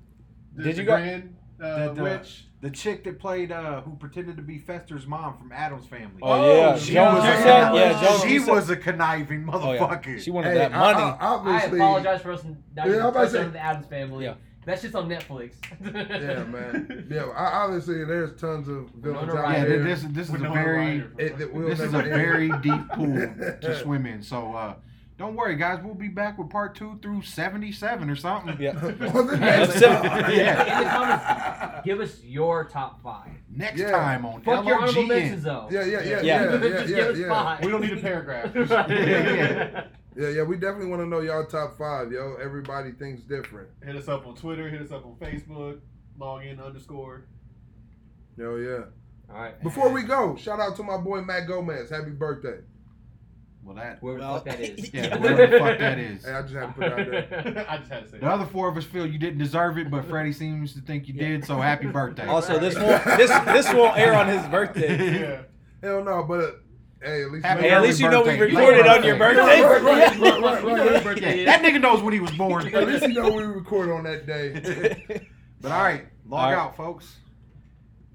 D: The,
C: Did you
D: the
C: go-
D: Grand, uh,
A: That, uh,
D: witch.
A: the chick that played uh, who pretended to be Fester's mom from Adam's Family.
C: Oh, yeah,
A: she
C: Joan
A: was
C: Cusack.
A: a,
C: Yeah, Joan
A: she
C: Cusack.
A: was a conniving
C: Oh, yeah.
A: motherfucker.
C: She wanted
B: Hey, uh,
C: that
B: I- I-
C: money.
E: I
B: obviously,
E: apologize for us not
B: Yeah,
E: yeah,
B: I'm about to say-
E: on the Adams Family.
C: Yeah.
E: That shit's on Netflix.
B: yeah, man. Yeah, I, obviously, there's tons of villains
E: Winona
B: out
A: yeah,
E: Ryder.
B: there.
A: this this is a
D: Winona
A: very
D: Ryder from
B: it- that we'll
A: this is a
B: never end.
A: very deep pool to swim in. So uh, don't worry, guys. We'll be back with part two through seventy-seven or something.
C: Yeah.
B: On the next
C: Upset.
B: one.
E: In the
A: yeah.
E: comments, give us your top five.
A: Next
B: Yeah.
A: time on
E: Fuck your honorable mentions
A: LRGN.
E: though.
B: Yeah, yeah, yeah, yeah,
C: Yeah.
B: yeah, yeah,
E: Just
B: yeah,
E: give us
B: yeah.
E: five.
D: We don't need a paragraph.
A: Yeah.
B: yeah, yeah. We definitely want to know y'all top five, yo. Everybody thinks different.
D: Hit us up on Twitter. Hit us up on Facebook. Log in underscore.
B: Yo, yeah.
E: All right.
B: Before we go, shout out to my boy Matt Gomez. Happy birthday.
A: Well, that
E: Whoever the
C: Well,
E: fuck that is.
A: yeah, whatever the fuck that is.
B: Hey, I just had to put it out there.
D: I just had to say
A: The
D: that.
A: other four of us feel you didn't deserve it, but Freddie seems to think you
C: Yeah.
A: did. So happy birthday.
C: Also, this won't this this won't air on his birthday.
D: Yeah.
B: Hell no, but uh, hey, at least
A: Happy
C: Hey, at least you know we
A: Happy
C: recorded on your
B: birthday.
C: birthday.
B: Right, right, right, right,
E: We know
B: right.
E: his
A: Yeah,
E: birthday
A: that
E: is.
A: nigga knows when he was born.
B: at least you know we record on that day.
A: but all right, log
C: All right.
A: out, folks.